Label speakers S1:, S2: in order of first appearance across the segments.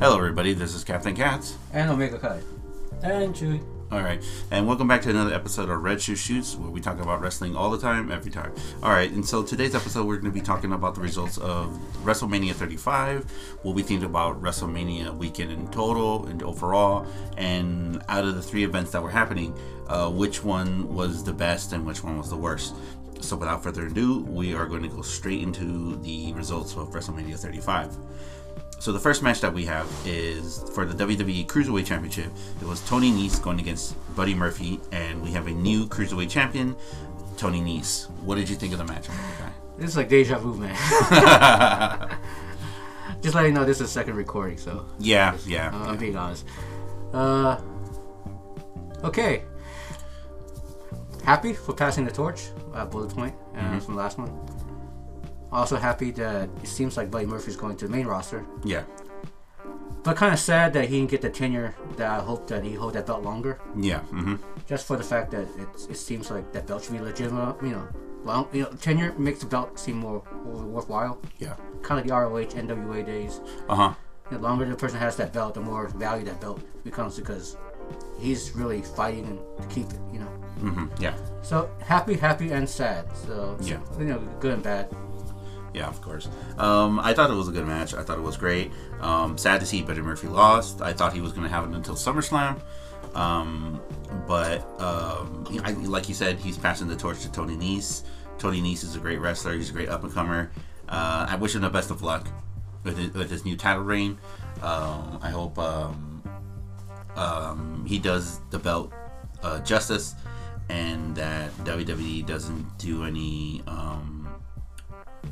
S1: Hello, everybody. This is Captain Katz.
S2: And Omega Kai.
S3: And Chewy.
S1: All right, and welcome back to another episode of Red Shoe Shoots, where we talk about wrestling all the time, every time. All right, and so today's episode, we're going to be talking about the results of WrestleMania 35, what we think about WrestleMania weekend in total and overall, and out of the three events that were happening, uh, which one was the best and which one was the worst. So, without further ado, we are going to go straight into the results of WrestleMania 35. So the first match that we have is for the WWE Cruiserweight Championship. It was Tony Nese going against Buddy Murphy, and we have a new Cruiserweight champion, Tony Nese. What did you think of the match? Omega
S2: This is like deja vu, man.
S1: Kai?
S2: Just letting you know, this is the second recording, so
S1: yeah,
S2: uh,
S1: yeah.
S2: I'm being honest. Uh, okay. Happy for passing the torch, uh, bullet point uh, from the last one. Also happy that it seems like Buddy Murphy's going to the main roster,
S1: Yeah,
S2: but kind of sad that he didn't get the tenure that I hope that he hold that belt longer.
S1: yeah. hmm
S2: just for the fact that it's, it seems like that belt should be legitimate. You know, long, you know, tenure makes the belt seem more worthwhile.
S1: Yeah.
S2: Kind of like the ROH, NWA days.
S1: Uh huh.
S2: The longer the person has that belt, the more value that belt becomes because he's really fighting to keep it. You know.
S1: hmm Yeah,
S2: So happy, happy, and sad. So
S1: Yeah.
S2: you know, good and bad.
S1: yeah. Of course. Um, I thought it was a good match. I thought it was great. Um, sad to see Buddy Murphy lost. I thought he was going to have it until SummerSlam. Um, but um, he- I, like you said, he's passing the torch to Tony Nese. Tony Nese is a great wrestler. He's a great up and comer. Uh, I wish him the best of luck with his, with his new title reign. Um, I hope um, um, he does the belt uh, justice and that WWE doesn't do any um,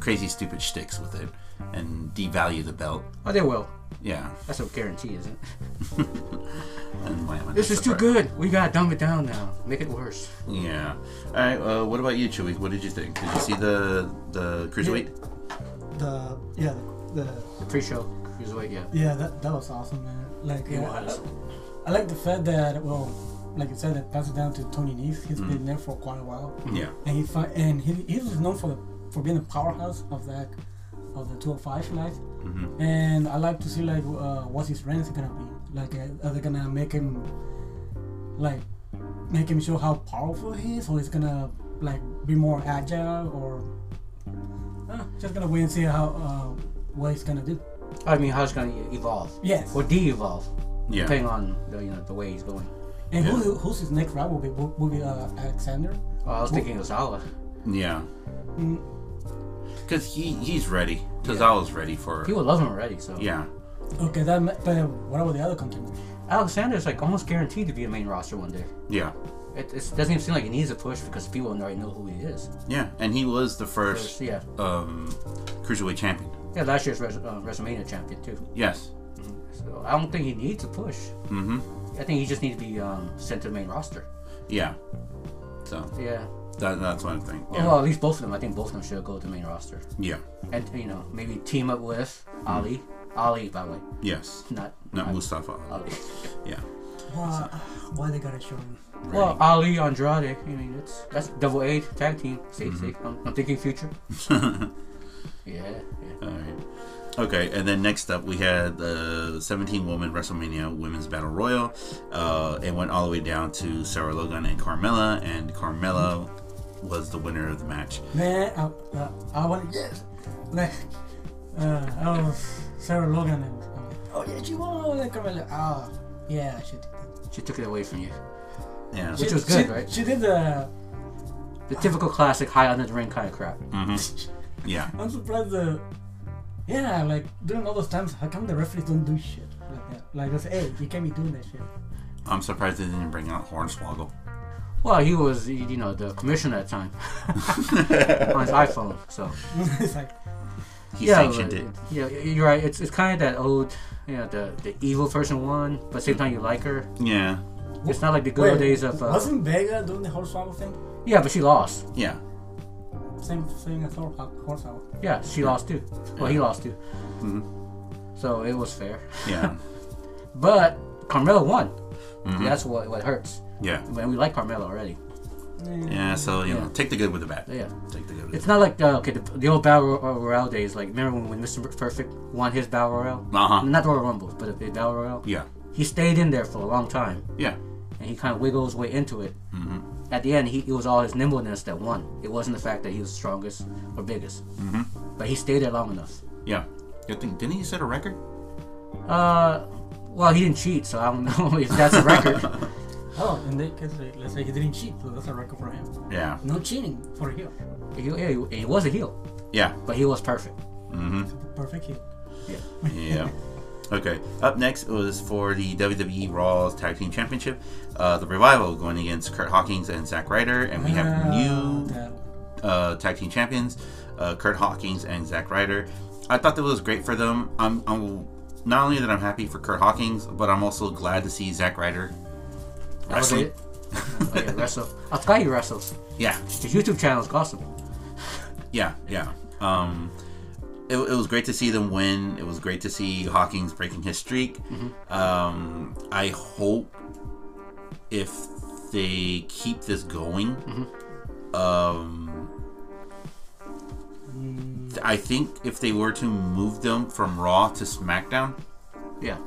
S1: crazy, stupid shticks with it and devalue the belt.
S2: Oh, they will.
S1: Yeah.
S2: That's a guarantee, isn't it?
S1: And why am I
S2: This
S1: not
S2: is too
S1: surprised?
S2: good. We gotta dumb it down now. Make it worse.
S1: Yeah. All right. Uh, what about you, Chewy? What did you think? Did you see the the cruiserweight?
S3: The yeah the, the
S2: The pre-show cruiserweight, yeah.
S3: yeah that, that was awesome man. Like
S2: It
S3: yeah, I-
S2: was.
S3: I, like the fact that well like you said that passed it down to Tony Nese. He's
S2: Mm.
S3: been there for quite a while
S1: Yeah.
S3: and he fi- and he, he was known for for being the powerhouse of that of the 205 life.
S1: hmm
S3: And I like to see like uh, what's his ranks gonna be. Like uh, are they gonna make him like make him show how powerful he is, or he's gonna like be more agile, or uh, just gonna wait and see how uh, what he's gonna do.
S2: I mean, how's it gonna e-, evolve
S3: Yes.
S2: or de-evolve?
S1: Yeah.
S2: depending on the you know the way he's going.
S3: and
S1: yeah.
S3: who, who's his next rival will be? Will, will be uh, Alexander.
S2: Well, Oh, I was thinking Ozawa.
S1: Yeah.
S3: Mm,
S1: Because he he's ready. Tozawa's ready for.
S2: People love him already, so
S1: Yeah.
S3: okay, that. ma- But what about the other contenders?
S2: Alexander's like almost guaranteed to be a main roster one day.
S1: Yeah.
S2: It, it doesn't even seem like he needs a push because people already know who he is.
S1: Yeah. And he was the
S2: There's-
S1: first
S2: yeah,
S1: um, cruiserweight champion.
S2: yeah, last year's Res- uh, WrestleMania champion too.
S1: Yes.
S2: So I don't think he needs a push.
S1: Mm-hmm.
S2: I think he just needs to be um, sent to the main roster.
S1: Yeah. So
S2: Yeah.
S1: that, that's one thing. Yeah.
S2: Well, at least both of them. I think both of them should go to the main roster,
S1: yeah.
S2: and you know maybe team up with Ali. Ali, by the way,
S1: Yes.
S2: not
S1: Mm. Not
S2: Ali.
S1: Mustafa.
S2: Ali.
S1: Yeah.
S3: Why, uh, why they gotta show him?
S2: Well, Ali Andrade. I mean, it's that's double A tag team. See,
S1: Mm-hmm.
S2: see, I'm, I'm thinking future.
S1: Ready.
S2: Yeah, yeah.
S1: All right. Okay, and then next up we had the 17 woman WrestleMania Women's Battle Royal. Uh, it went all the way down to Sarah Logan and Carmella, and Carmella was the winner of the match.
S3: Man, I, uh, I want yes. Like, uh, I was Sarah Logan and I'm like, oh yeah, she won. Like, I'm like, ah, yeah, she did. that."
S2: She took it away from you.
S1: Yeah.
S2: Which
S3: She-
S2: was good,
S3: she,
S2: right?
S3: She did the.
S2: The typical classic high under the ring kind of crap.
S1: Mhm. Yeah.
S3: I'm surprised the. Yeah, like during all those times, how come the referees don't do shit like that? Like, they say, hey, you can't be doing that shit.
S1: I'm surprised they didn't bring out Hornswoggle.
S2: Well, he was, you know, the commissioner at the time on his iPhone. So
S3: it's like,
S1: He
S2: yeah,
S1: sanctioned
S2: like,
S1: it.
S2: Yeah, you're right. It's, it's kind of that old, you know, the the evil person one, but same time you like her.
S1: Yeah.
S2: It's not like the good old days of. Uh,
S3: wasn't Vega doing the horse swallow thing?
S2: yeah, but she lost.
S1: Yeah.
S3: Same thing as horse uh, horse swallow.
S2: Yeah, she lost too. Well, he lost too. So it was fair,
S1: Yeah.
S2: but Carmella won. That's what what hurts.
S1: Yeah.
S2: Man, we like Carmelo already.
S1: Yeah, so you know,
S2: Yeah.
S1: take the good with the bad.
S2: Yeah.
S1: Take the good with
S2: It's
S1: the
S2: not like uh, okay the, the old battle Ro- royale days. Like remember when, when Mr. Perfect won his battle royale?
S1: bad. Uh huh.
S2: Not the Royal Rumble, but the battle royale.
S1: Yeah.
S2: He stayed in there for a long time,
S1: Yeah.
S2: and he kind of wiggled his way into it.
S1: Mhm.
S2: At the end, he it was all his nimbleness that won. It wasn't the fact that he was strongest or biggest,
S1: Mhm.
S2: but he stayed there long enough.
S1: Yeah. Good thing. Didn't he set a record?
S2: Uh, well, he didn't cheat, so I don't know if that's a record.
S3: Oh, in that case, like, let's say he didn't cheat, so that's a record for him.
S1: Yeah.
S3: No cheating for him.
S2: he, yeah, he, he was a heel,
S1: Yeah.
S2: but he was perfect.
S1: Mm-hmm.
S3: Perfect heel.
S1: Yeah. Okay. Up next was for the WWE Raw Tag Team Championship, uh, the Revival going against Kurt Hawkins and Zack Ryder, and we have
S3: Ah,
S1: new
S3: that-
S1: uh, tag team champions, uh, Kurt Hawkins and Zack Ryder. I thought that was great for them. I'm, I'm not only that I'm happy for Kurt Hawkins, but I'm also glad to see Zack Ryder
S2: That was
S1: wrestling.
S2: it. oh, yeah, wrestle. I forgot he wrestles.
S1: Yeah,
S2: His YouTube channel is awesome.
S1: yeah, yeah. Um, it, it was great to see them win. It was great to see Hawkins breaking his streak. Um, I hope if they keep this going, um,
S3: mm,
S1: I think if they were to move them from Raw to SmackDown,
S2: Yeah.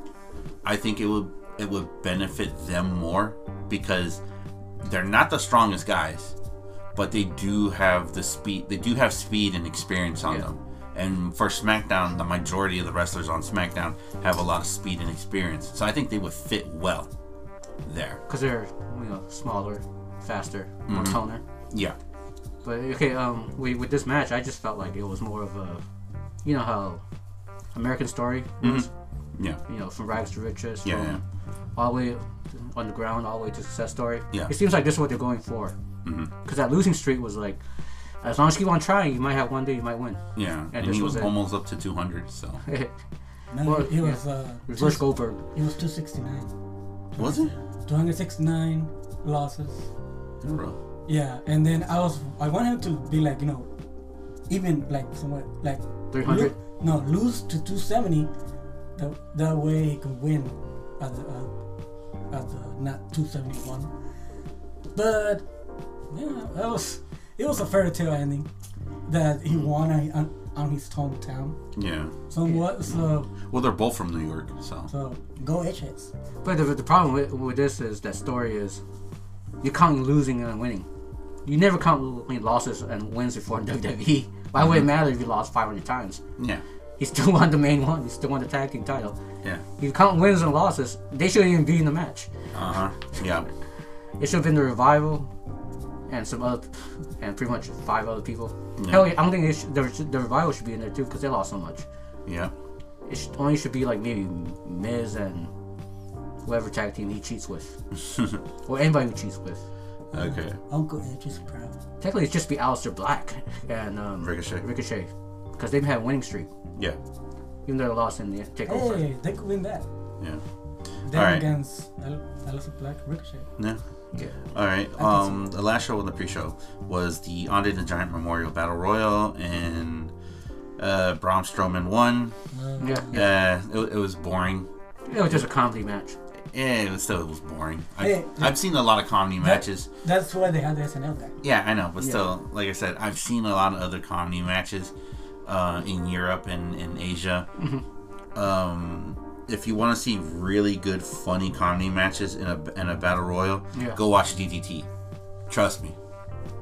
S1: I think it would it would benefit them more because they're not the strongest guys, but they do have the speed. They do have speed and experience on
S2: Yeah.
S1: them. And for SmackDown, the majority of the wrestlers on SmackDown have a lot of speed and experience, so I think they would fit well there.
S2: because they're you know smaller, faster, more
S1: Mm-hmm.
S2: toner.
S1: Yeah,
S2: But okay, um, we, with this match, I just felt like it was more of a, you know how, American Story was,
S1: Mm-hmm. yeah,
S2: you know, from rags to riches,
S1: Yeah,
S2: from
S1: yeah.
S2: all the way to- on the ground, all the way to success story.
S1: Yeah. Mm-hmm.
S2: it seems like this is what they're going for. Because that losing streak was like, as long as you keep on trying, you might have one day you might win.
S1: yeah. And,
S2: this
S1: he
S2: was
S1: was
S2: it.
S1: almost up to 200. So
S3: no,
S2: Well,
S3: he
S2: yeah.
S3: was uh,
S2: Reverse Goldberg.
S3: It was 269.
S1: was it?
S3: 269 losses.
S1: In a row.
S3: Yeah, and then I was I want him to be like you know, even like somewhat like
S2: 300?
S3: lo- no, lose to 270. That that way he can win at the uh, at the not 271. But yeah, that was it was a fairy tale ending that he won uh, on, on, on his hometown
S1: Yeah.
S3: somewhat. So
S1: Well, they're both from New York, so
S3: so go HX.
S2: But the, the problem with, with this is that story is you count losing and winning. You never count l- losses and wins before in WWE. E. Why would it matter if you lost 500 times?
S1: yeah,
S2: He still won the main one. He still won the tag team title.
S1: yeah.
S2: You count wins and losses. They shouldn't even be in the match.
S1: Uh
S2: Uh-huh.
S1: huh. Yeah.
S2: It should have been the revival and some other and pretty much five other people. Hell, yeah, I don't think it should, the, the revival should be in there too because they lost so much.
S1: Yeah.
S2: It should, only should be like maybe Miz and whoever tag team he cheats with, or anybody who cheats with.
S1: Okay.
S3: Uncle H is proud.
S2: Technically, it'd just be Aleister Black and um,
S1: Ricochet.
S2: Ricochet, because they've had a winning streak,
S1: Yeah.
S2: even though they lost in the takeover.
S3: Hey, they could win that.
S1: Yeah.
S3: Them
S1: All right.
S3: against Al- Alistair Black Ricochet.
S1: Yeah.
S2: Yeah.
S1: All right. Um, the last show on the pre-show was the Andre the Giant Memorial Battle Royal, and uh, Braun Strowman won.
S3: Uh,
S2: Yeah, yeah.
S1: Uh, it, it was boring.
S2: It was just a comedy match.
S1: Yeah, it was still it was boring. I,
S3: Hey,
S1: I've seen a lot of comedy matches.
S3: That's why they had the SNL guy.
S1: Yeah, I know, but still, like I said, I've seen a lot of other comedy matches uh, in Europe and in Asia. Um, if you want to see really good, funny comedy matches in a in a battle royal,
S2: Yeah.
S1: go watch DDT. Trust me,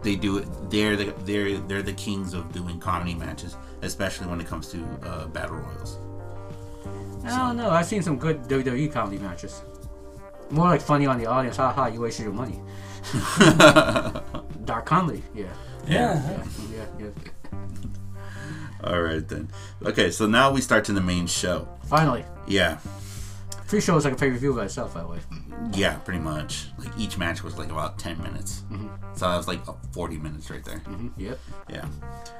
S1: they do it. They're the they're they're the kings of doing comedy matches, especially when it comes to uh, battle royals.
S2: I don't know. I've seen some good WWE comedy matches. More like funny on the audience. Ha ha! You wasted your money. Dark comedy. Yeah.
S3: Yeah.
S2: Yeah. Yeah.
S1: All right then. Okay, so now we start to the main show.
S2: Finally,
S1: Yeah.
S2: pre-show is like a pay-per-view by itself. That way.
S1: Yeah, pretty much. Like each match was like about ten minutes, so that was like uh, forty minutes right there.
S2: hmm Yep.
S1: Yeah.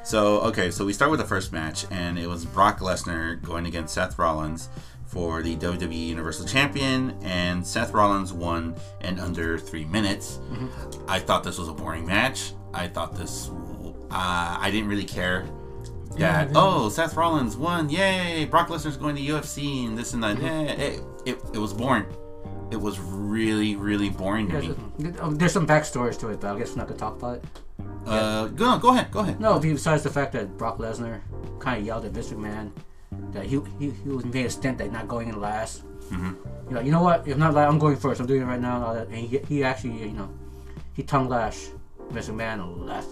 S1: So okay, so we start with the first match, and it was Brock Lesnar going against Seth Rollins for the WWE Universal Champion, and Seth Rollins won in under three minutes.
S3: Mm-hmm.
S1: I thought this was a boring match. I thought this. w- Uh, I didn't really care.
S3: Yeah, I
S1: That
S3: didn't.
S1: oh, Seth Rollins
S3: Mm-hmm.
S1: won! Yay! Brock Lesnar's going to UFC and this and that. Yeah, it, it, it was boring. it was really, really boring to
S2: There's,
S1: me.
S2: uh, there's some backstories to it, but I guess we're not gonna talk about it.
S1: Uh, go, go ahead, go ahead.
S2: No, besides the fact that Brock Lesnar kind of yelled at Vince McMahon that he he, he was made a stint at not going in last. Mm-hmm. You know, you know what? If not, like, I'm going first. I'm doing it right now. and all that. And he, he actually, you know, he tongue lashed Vince McMahon and left.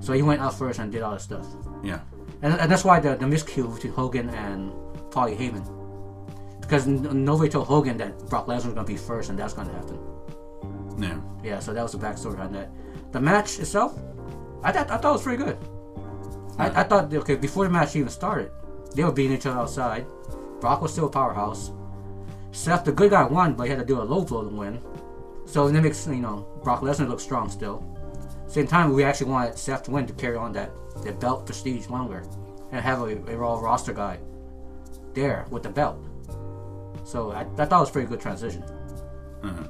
S2: So he went out first and did all this stuff.
S1: Yeah,
S2: And, and that's why the, the miscue between Hogan and Paul Heyman. Because n- nobody told Hogan that Brock Lesnar was going to be first and that's going to happen.
S1: yeah.
S2: Yeah, so that was the backstory on that. The match itself, I thought I thought it was pretty good. I, I thought okay before the match even started, they were beating each other outside. Brock was still a powerhouse. Seth, the good guy, won, but he had to do a low blow to win. So that makes you know Brock Lesnar look strong still. Same time, we actually wanted Seth to win to carry on that, that belt prestige longer, and have a, a raw roster guy there with the belt. So I, I thought it was a pretty good transition.
S1: Uh,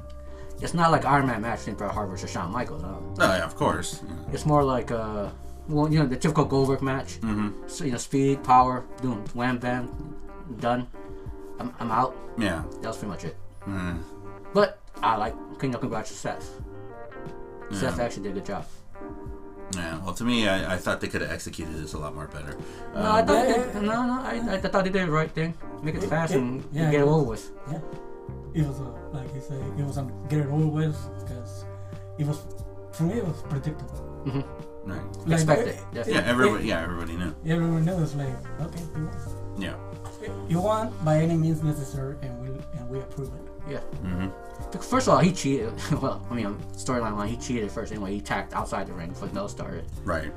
S2: It's not like Iron Man match between Bret Hart versus Shawn Michaels. I don't-
S1: No, oh, yeah, of course. Yeah.
S2: It's more like uh, well, you know, the typical Goldberg match. Mm-hmm. So you know, speed, power, boom, wham, bam, done. I'm, I'm out.
S1: Yeah.
S2: That was pretty much it.
S1: Mm.
S2: But I like King of Congrats to Seth. Seth actually did a good job.
S1: Yeah. Well, to me, I, I thought they could have executed this a lot more better.
S2: No,
S1: Um,
S2: I thought
S3: yeah,
S2: they, no, no, I, I thought they did the right thing. Make it fast and
S3: yeah,
S2: get it
S3: yeah.
S2: over with.
S3: Yeah, it was a, like you say, it was a get it over with because it was for me it was predictable.
S1: right.
S3: Like,
S2: Expected,
S3: it-
S2: definitely.
S1: Yeah. Everybody. Yeah. Everybody knew.
S3: it- everyone knows like okay, you won.
S1: Yeah.
S3: You won by any means necessary, and we and we approve it.
S2: Yeah.
S1: mm-hmm.
S2: Bec- First of all, he cheated. well, I mean, um, storyline line, he cheated first anyway. He tacked outside the ring before the bell started.
S1: Right.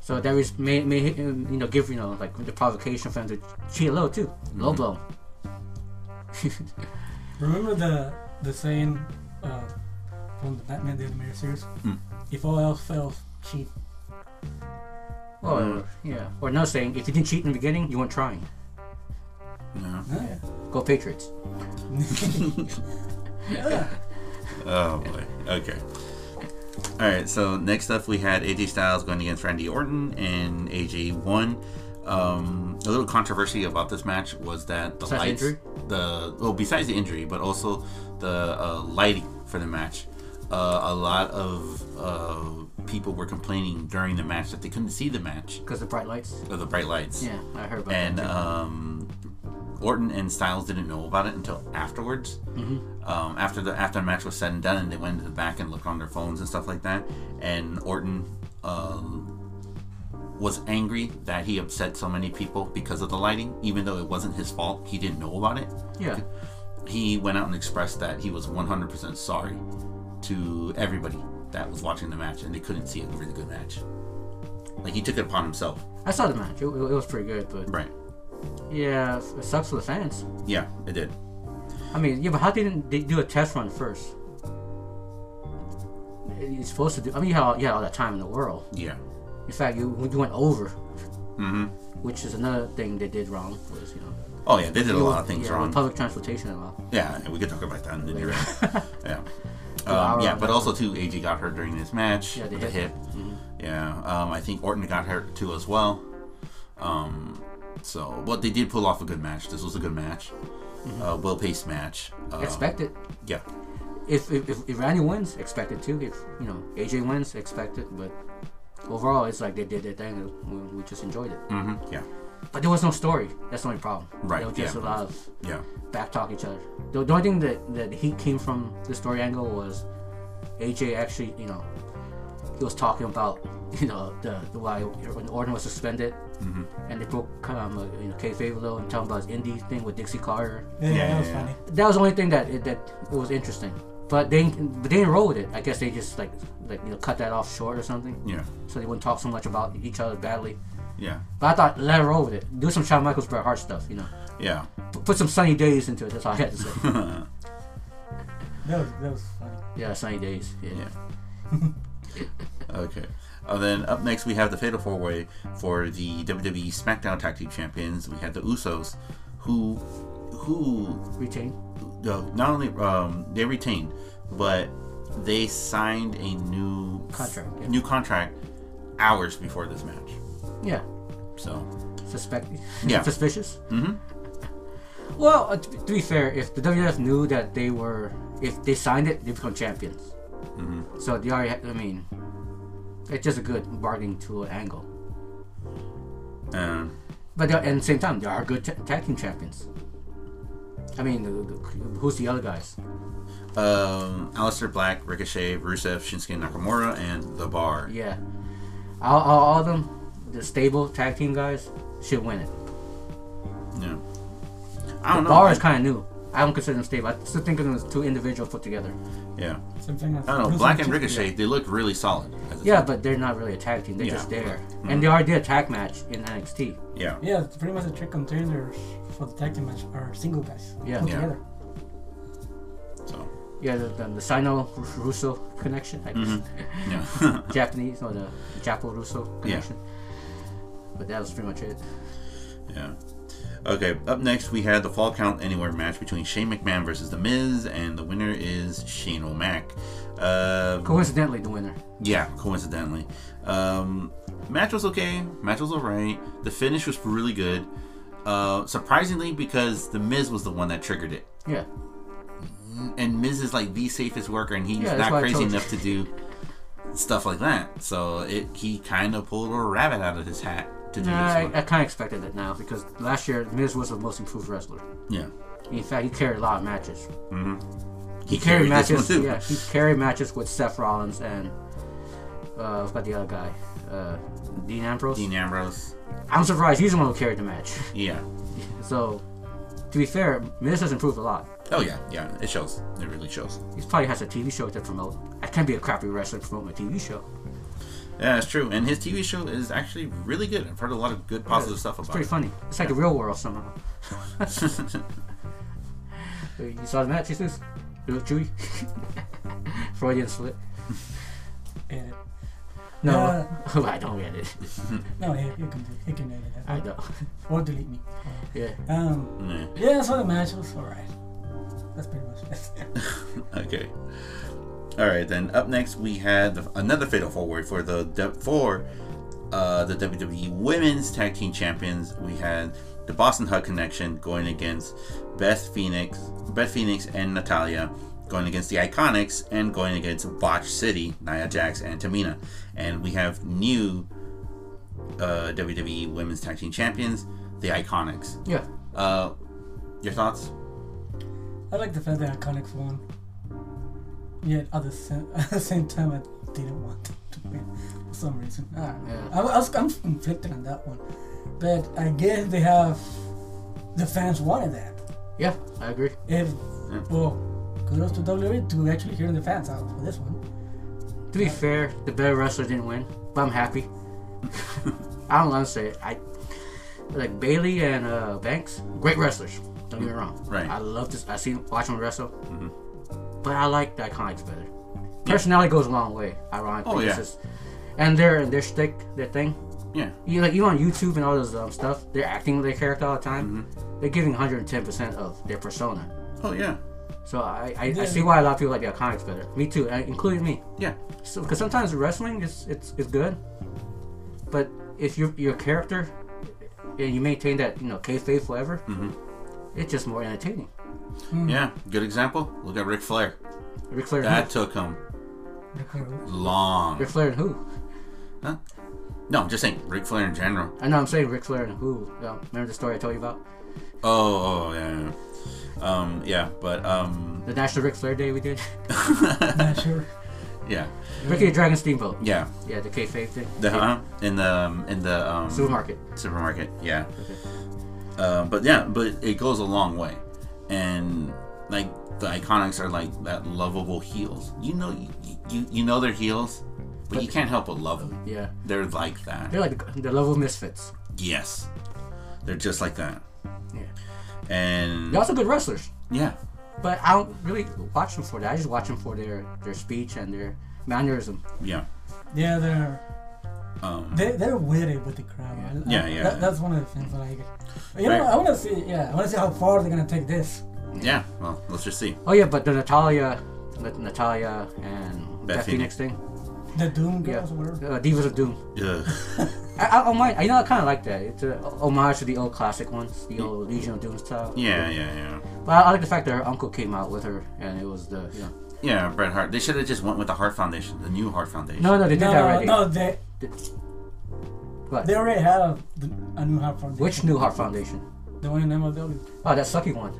S2: So that was may, may um, you know give you know like the provocation for him to cheat low too, low blow.
S3: Remember the the saying uh, from the Batman the Animated Series:
S1: Hmm.
S3: If all else fails, cheat.
S2: Or yeah, or no saying if you didn't cheat in the beginning, you weren't trying.
S1: Yeah.
S3: Yeah.
S2: Go Patriots.
S1: Oh boy. Okay. All right. So next up, we had AJ Styles going against Randy Orton, and AJ won. Um, a little controversy about this match was that the
S2: Besides the
S1: lights,
S2: injury?
S1: the well, besides the injury, but also the uh, lighting for the match. Uh, a lot of uh, people were complaining during the match that they couldn't see the match
S2: because the bright lights.
S1: of the bright lights.
S2: Yeah, I heard about
S1: and
S2: that. too.
S1: um, Orton and Styles didn't know about it until afterwards. Um, after the after the match was said and done, and they went to the back and looked on their phones and stuff like that. And Orton um, was angry that he upset so many people because of the lighting, even though it wasn't his fault. He didn't know about it.
S2: yeah,
S1: He went out and expressed that he was 100% sorry to everybody that was watching the match and they couldn't see a really good match. Like he took it upon himself.
S2: I saw the match. It, it was pretty good, but
S1: Right.
S2: yeah, it sucks for the fans.
S1: Yeah, it did.
S2: I mean, yeah, but how didn't they do a test run first? You're supposed to do. I mean, you had all, you had all that time in the world.
S1: Yeah.
S2: In fact, you, you went over, which is another thing they did wrong. Was you know
S1: Oh yeah, they did a lot of things
S2: yeah,
S1: wrong.
S2: with public transportation and all.
S1: yeah, and we could talk about that in the new Yeah. Um,
S2: hour
S1: yeah,
S2: on
S1: but
S2: that
S1: also too, AJ got hurt during this match.
S2: Yeah, Mm-hmm.
S1: Yeah,
S2: the
S1: the, hip.
S2: hip.
S1: Yeah, um, I think Orton got hurt too as well. Um, so, but they did pull off a good match. This was a good match,
S2: Mm-hmm.
S1: uh, well paced match. Uh,
S2: Expect it.
S1: Yeah,
S2: If, if, if, if Randy wins, expect it too. If you know AJ wins, expect it. But overall, it's like they did their thing. and We, we just enjoyed it.
S1: hmm yeah,
S2: But there was no story. That's the only problem.
S1: Right,
S2: There was just
S1: yeah.
S2: a lot of
S1: yeah,
S2: back talk each other. The, the only thing that, that he came from the story angle was AJ actually, you know, he was talking about, you know, the, the why when Orton was suspended
S1: Mm-hmm.
S2: and they broke um, uh, you know, kayfabe a little and talking about his indie thing with Dixie Carter.
S3: Yeah,
S1: Yeah,
S3: that was
S1: yeah,
S3: funny.
S2: That was the only thing that it, that it was interesting. But they but they didn't roll with it. I guess they just like like you know cut that off short or something,
S1: yeah,
S2: so they wouldn't talk so much about each other badly.
S1: yeah,
S2: But I thought let it roll with it. Do some Shawn Michaels Bret Hart stuff, you know.
S1: yeah.
S2: P- put some sunny days into it. That's all I had to say.
S3: That was that was funny.
S2: Yeah, sunny days. Yeah.
S1: Yeah. Okay. And then up next we have the Fatal Four Way for the WWE SmackDown Tag Team Champions. We had the Usos, who, who
S2: Retain.
S1: uh, not only um, they retained, but they signed a new
S2: Contract, yeah.
S1: New contract hours before this match.
S2: Yeah.
S1: So
S2: Suspect.
S1: Yeah.
S2: Suspicious. Mm-hmm. Well, uh, to to be fair, if the WWF knew that they were, if they signed it, they become champions.
S1: Mm-hmm.
S2: So they already, had, I mean, it's just a good bargaining tool angle.
S1: Um,
S2: But they are, at the same time, they are good t- tag team champions. I mean, the, the, who's the other guys?
S1: um, Alistair Black, Ricochet, Rusev, Shinsuke Nakamura, and The Bar.
S2: Yeah, all, all, all of them, the stable tag team guys, should win it.
S1: Yeah. I don't know.
S2: Bar is kind of new. I don't consider them stable. I still think of them as two individuals put together.
S1: yeah.
S3: Same thing as
S1: I don't know.
S3: Bruce
S1: Black and
S3: Chi-
S1: Ricochet, they look really solid. as a
S2: Yeah,
S1: team.
S2: but they're not really a tag team. They're
S1: Yeah. Mm-hmm.
S2: just there, and they already did a tag match in NXT.
S1: Yeah.
S3: Yeah, it's pretty much the three contenders for the tag team match are single guys.
S2: Yeah.
S3: Put
S1: Yeah.
S3: together.
S1: So,
S2: Yeah, the, the, the Sino-Russo connection. I guess.
S1: Mm-hmm. yeah.
S2: Japanese or the Japo-Russo connection. But that was pretty much it.
S1: yeah. Okay, up next we had the Fall Count Anywhere match between Shane McMahon versus The Miz, and the winner is Shane O'Mac. Uh,
S2: Coincidentally, the winner.
S1: Yeah, coincidentally. Um, match was okay. Match was alright. The finish was really good. Uh, surprisingly, because the Miz was the one that triggered it,
S2: Yeah.
S1: and Miz is like the safest worker, and he's
S2: Yeah, that's why
S1: not
S2: I
S1: crazy
S2: told you.
S1: enough to do stuff like that. So it he kind of pulled a rabbit out of his hat to do
S2: Nah,
S1: this one.
S2: I, I kind of expected it now because last year Miz was the most improved wrestler.
S1: yeah,
S2: In fact, he carried a lot of matches.
S1: he,
S2: Carried
S1: this
S2: matches. Yeah, he carried matches with Seth Rollins and uh, I forgot the other guy, uh, Dean Ambrose.
S1: Dean Ambrose.
S2: I'm surprised he's the one who carried the match.
S1: Yeah.
S2: so, to be fair, Miz has improved a lot.
S1: Oh yeah, yeah. It shows. It really shows.
S2: He probably has a TV show to promote. I can't be a crappy wrestler to promote my TV show.
S1: Yeah, that's true. And his TV show is actually really good. I've heard a lot of good positive stuff
S2: It's
S1: about
S2: pretty
S1: it.
S2: funny. It's like the real world somehow. you saw the match, Jesus? It was Chewy. Freudian slip.
S3: Edit.
S2: No,
S3: Yeah.
S2: I don't get it.
S3: No, he, he can do he can edit that.
S2: I don't.
S3: Or delete me.
S2: Yeah.
S3: Um,
S1: Yeah.
S3: yeah, so the match was alright. That's pretty much it.
S1: Okay. All right, then up next we had the, another fatal four way for the de- for uh, the WWE Women's Tag Team Champions. We had the Boston Hug Connection going against Beth Phoenix, Beth Phoenix and Natalia, going against the Iconics and going against Botch City, Nia Jax and Tamina. And we have new uh, WWE Women's Tag Team Champions, the Iconics.
S2: Yeah.
S1: Uh, your thoughts?
S3: I like the fact that iconic one. Yet at the same, at the same time, I didn't want it to win for some reason. I, don't know.
S2: Yeah.
S3: I, I was, I'm conflicted on that one, but I guess they have the fans wanted that.
S2: Yeah, I agree.
S3: If
S1: Yeah.
S3: well, kudos to WWE to actually hearing the fans out for this one.
S2: To be fair, the better wrestler didn't win, but I'm happy. I don't want to say it. I like Bailey and uh, Banks, great wrestlers. Don't get me wrong.
S1: Right. Mm-hmm.
S2: I love this. I see watch them wrestle, but I like the Iconics better. Personality goes a long way. Ironically,
S1: Oh,
S2: It's
S1: yeah.
S2: just- and their their shtick, their thing.
S1: Yeah.
S2: You like even on YouTube and all those um, stuff, they're acting their character all the time.
S1: Mm-hmm.
S2: They're giving 110 percent of their persona.
S1: Oh yeah.
S2: So I, I,
S3: Yeah.
S2: I see why a lot of people like the Iconics better. Me too, and including me
S1: Yeah.
S2: because sometimes wrestling is it's, it's good, but if you your character and you maintain that you know kayfabe forever,
S1: Mm-hmm.
S2: it's just more entertaining.
S1: Yeah, good example. Look at Ric Flair.
S2: Ric Flair, and
S1: That
S2: who?
S1: took him
S3: Because
S1: long.
S2: Ric Flair and who?
S1: No, I'm just saying Ric Flair in general.
S2: I know I'm saying Ric Flair and who. Uh, remember the story I told you about
S1: Oh, oh yeah, yeah. Um, yeah, but um,
S2: the National Ric Flair Day we did?
S3: Not sure.
S1: yeah,
S2: Ricky the Dragon Steamboat.
S1: yeah.
S2: Yeah, the kayfabe thing.
S1: The huh? in the um, in the um,
S2: Supermarket.
S1: supermarket. Yeah. Uh, but yeah, but it goes a long way, and like the Iconics are like that lovable heels. You know, you you, you know they're heels, but, you can't help but love them.
S2: Yeah,
S1: They're like that.
S2: they're like the, the level of misfits.
S1: yes, they're just like that.
S2: Yeah,
S1: And
S2: they're also good wrestlers,
S1: yeah,
S2: but I don't really watch them for that. I just watch them for their their speech and their mannerism.
S1: yeah.
S3: Yeah, they're
S1: Um,
S3: they, they're witty with the crowd. I- I-
S1: Yeah, yeah.
S3: that- that's one of the things I like. But you
S1: Right.
S3: know, I want to see. Yeah, I want to see how far they're gonna take this.
S1: yeah, well, let's just see.
S2: Oh yeah, but the Natalia, the Natalia and Beth, Phoenix thing,
S3: The Doom
S2: yeah,
S3: girls, or whatever.
S2: uh, Divas of Doom.
S1: Ugh.
S2: I, I, I don't mind. I know I kind of like that. It's a homage to the old classic ones, the old Legion of Doom style.
S1: Yeah, yeah, yeah.
S2: But I, I like the fact that her uncle came out with her, and it was the you know.
S1: Yeah, Bret Hart. They should have just went with the Hart Foundation, the new Hart Foundation.
S2: No, no, they did
S3: No,
S2: that already.
S3: no, they
S2: What?
S3: they already had a, the, a new heart foundation.
S2: Which New Heart Foundation?
S3: The one in MLW.
S2: Oh, that sucky one.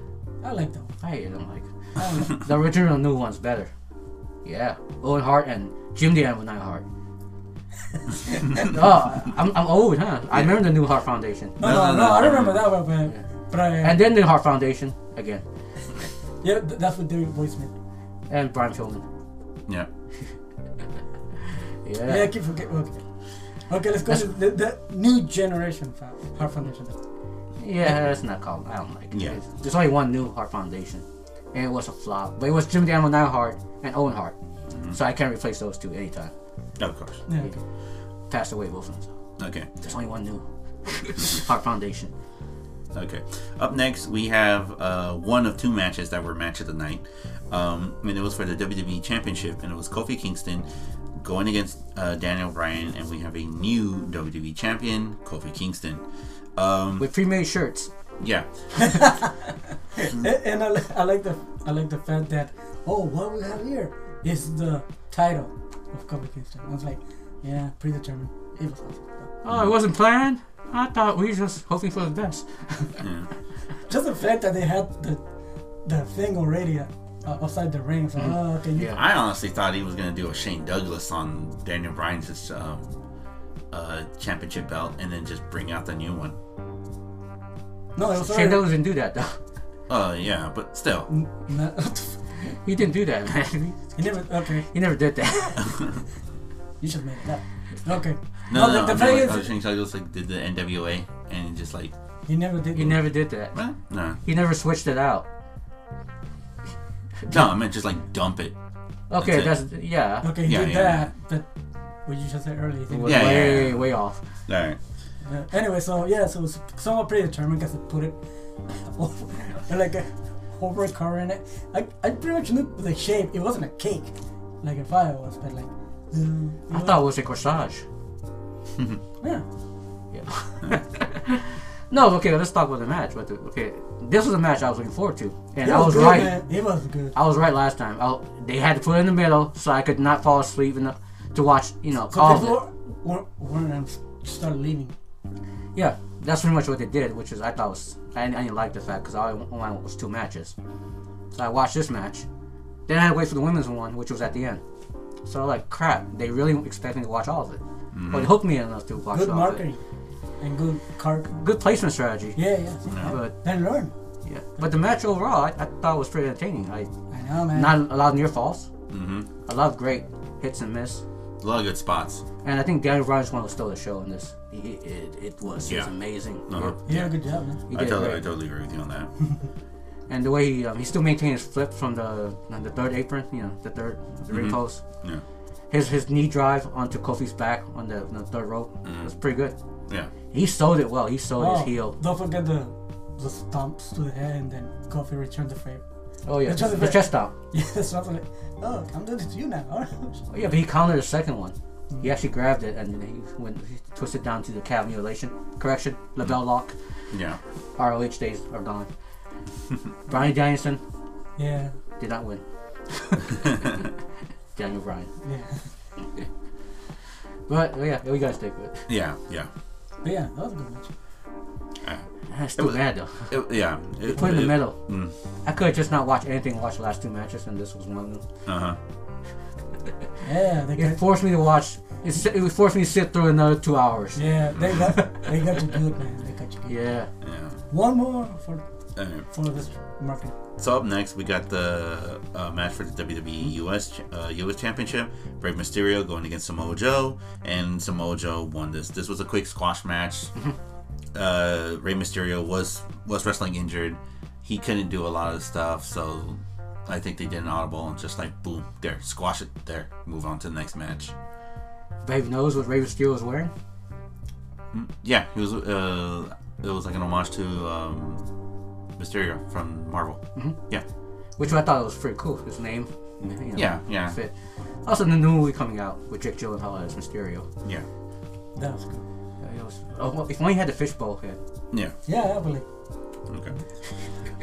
S3: I like that one.
S2: I hate them like.
S3: I don't know.
S2: The original new one's better. Yeah, Owen Hart and Jim the Anvil Night Hart. oh, I'm, I'm old, huh? I remember the New Heart Foundation,
S3: no, no, no, I don't remember that one, but, but I,
S2: and then New Heart Foundation again,
S3: yeah, th- that's what David Boyce meant.
S2: and Brian Pillman.
S1: Yeah.
S2: Yeah.
S3: Yeah, I keep forgetting. Okay. Okay, let's go to the, the new generation fa- Heart Foundation.
S2: Yeah, that's not called. I don't like it.
S1: Yeah.
S2: It's- There's only one new Hart Foundation, and it was a flop. But it was Jim Daniel Hart and Owen Hart, so I can't replace those two anytime.
S1: Of course.
S3: Yeah, okay.
S2: Passed away both of them. So.
S1: Okay.
S2: There's only one new Hart Foundation.
S1: Okay. Up next, we have uh, one of two matches that were match of the night. Um, and it was for the WWE Championship, and it was Kofi Kingston going against uh, Daniel Bryan, and we have a new WWE Champion, Kofi Kingston. Um,
S2: with pre-made shirts.
S1: yeah.
S3: A- And I, li- I like the I like the fact that oh what we have here is the title of Kobe Kingston. I was like, yeah, predetermined. It was awesome.
S2: Oh, it wasn't planned. I thought we were just hoping for the best.
S1: yeah.
S3: Just the fact that they had the the thing already uh, outside the ring. It's like, oh, okay, you,
S2: Yeah.
S1: I honestly thought he was going to do a Shane Douglas on Daniel Bryan's um, uh, championship belt and then just bring out the new one.
S3: no, it was
S2: Shane
S3: already.
S2: Douglas didn't do that though.
S1: Uh, yeah, but still.
S3: N- no,
S2: He didn't do that, man.
S3: you never okay.
S2: He never did that.
S3: You just made it up. Okay.
S1: No, no,
S3: the,
S1: no.
S3: the
S1: no,
S3: thing
S1: like,
S3: is,
S1: uh, Shane Douglas like, did the NWA and just like, eh,
S3: you never did.
S2: He never did that.
S1: what? No.
S2: He never switched it out.
S1: No, I meant just like dump it.
S2: Okay,
S1: That's
S2: that's, yeah.
S3: Okay, he
S1: Yeah,
S3: did
S1: yeah,
S3: that, but what you just said earlier. he
S2: It
S3: didn't
S2: was
S1: Yeah, yeah,
S2: way
S1: yeah.
S2: way off.
S1: All right.
S3: Uh, anyway, so yeah, so it's somewhat predetermined because I put it over, like a over car in it. I, I pretty much knew the shape. It wasn't a cake, like if I was, but like. Uh,
S2: I thought it was a corsage.
S3: Yeah.
S2: Yeah. no, okay. Let's talk about the match. But the, okay, this was a match I was looking forward to, and
S3: It
S2: I was
S3: good,
S2: right.
S3: man. It was good.
S2: I was right last time. I, they had to put it in the middle so I could not fall asleep enough to watch. You know,
S3: So
S2: all of it.
S3: people weren't, weren't um, started leaving.
S2: Yeah, that's pretty much what they did, which is I thought was I, I didn't like the fact because all I wanted was two matches. So I watched this match, then I had to wait for the women's one, which was at the end. So like crap, they really expect me to watch all of it, or they hooked me enough to watch
S3: Mm-hmm. Good
S2: all of
S3: marketing
S2: it.
S3: and good card.
S2: Good placement strategy.
S3: Yeah, yeah. see,
S2: But
S3: They learn.
S2: yeah, but the match overall, I, I thought was pretty entertaining. I
S3: I know, man.
S2: not a lot of near falls,
S1: Mm-hmm.
S2: a lot of great hits and miss,
S1: A lot of good spots.
S2: and I think Daniel Bryan's one who stole the show in this. It, it, it was it was
S1: Yeah.
S2: amazing.
S1: Uh-huh.
S3: yeah, good job, man.
S2: He
S1: I
S2: did
S1: totally, I
S2: great.
S1: totally agree with you on that.
S2: and the way he um, he still maintained his flip from the on the third apron, you know, the third the ring
S1: Mhm.
S2: post.
S1: Yeah.
S2: His his knee drive onto Kofi's back on the, on the third rope
S1: Mm-hmm.
S2: was pretty good.
S1: Yeah.
S2: He sold it well. He sold
S3: Oh,
S2: his heel.
S3: Don't forget the the stomps to the head and then Kofi returned the favor.
S2: Oh yeah,
S3: That's what
S2: the,
S3: the-
S2: chest out.
S3: Yeah, that's what I'm like. Oh, I'm doing it to you now. All right.
S2: Oh, yeah, but he countered the second one.
S1: Hmm.
S2: He actually grabbed it and then he went he twisted down to the calf mutilation correction label
S1: Hmm.
S2: lock.
S1: Yeah.
S2: ROH days are gone. Brian Danielson
S3: Yeah,
S2: did not win. Daniel Bryan.
S3: yeah,
S2: But oh, yeah, what you guys think? of it?
S1: Yeah. Yeah.
S3: but yeah, that was a good match.
S2: That's too
S1: was-
S2: bad though.
S1: It- yeah. It,
S2: Put in the middle.
S1: Mm.
S2: I could just not watch anything and watch the last two matches, and this was one of them.
S1: Uh huh.
S3: Yeah, they
S2: It
S3: got,
S2: forced me to watch. It, s- it forced me to sit through another two hours.
S3: yeah, they got, they got you good, man. They got you good.
S2: Yeah.
S1: Yeah.
S3: One more for
S1: All right.
S3: for this market.
S1: So up next, we got the uh, match for the WWE US ch- uh, US Championship. Rey Mysterio going against Samoa Joe, and Samoa Joe won this. This was a quick squash match. uh, Rey Mysterio was was wrestling injured. He couldn't do a lot of stuff, so I think they did an audible and just like boom, there, squash it, there, move on to the next match.
S2: Brave knows what Raven Steel was wearing.
S1: Yeah, he was. Uh, it was like an homage to um, Mysterio from Marvel. Yeah,
S2: which I thought was pretty cool. His name, you know,
S1: Mm-hmm. Yeah, yeah.
S2: fit. Also, the new movie coming out with Jake Gyllenhaal as Mysterio.
S1: yeah.
S3: That was good.
S2: Uh, it was. Oh, well, if only he had the fishbowl head.
S1: Yeah.
S3: Yeah, yeah, but like,
S1: Okay.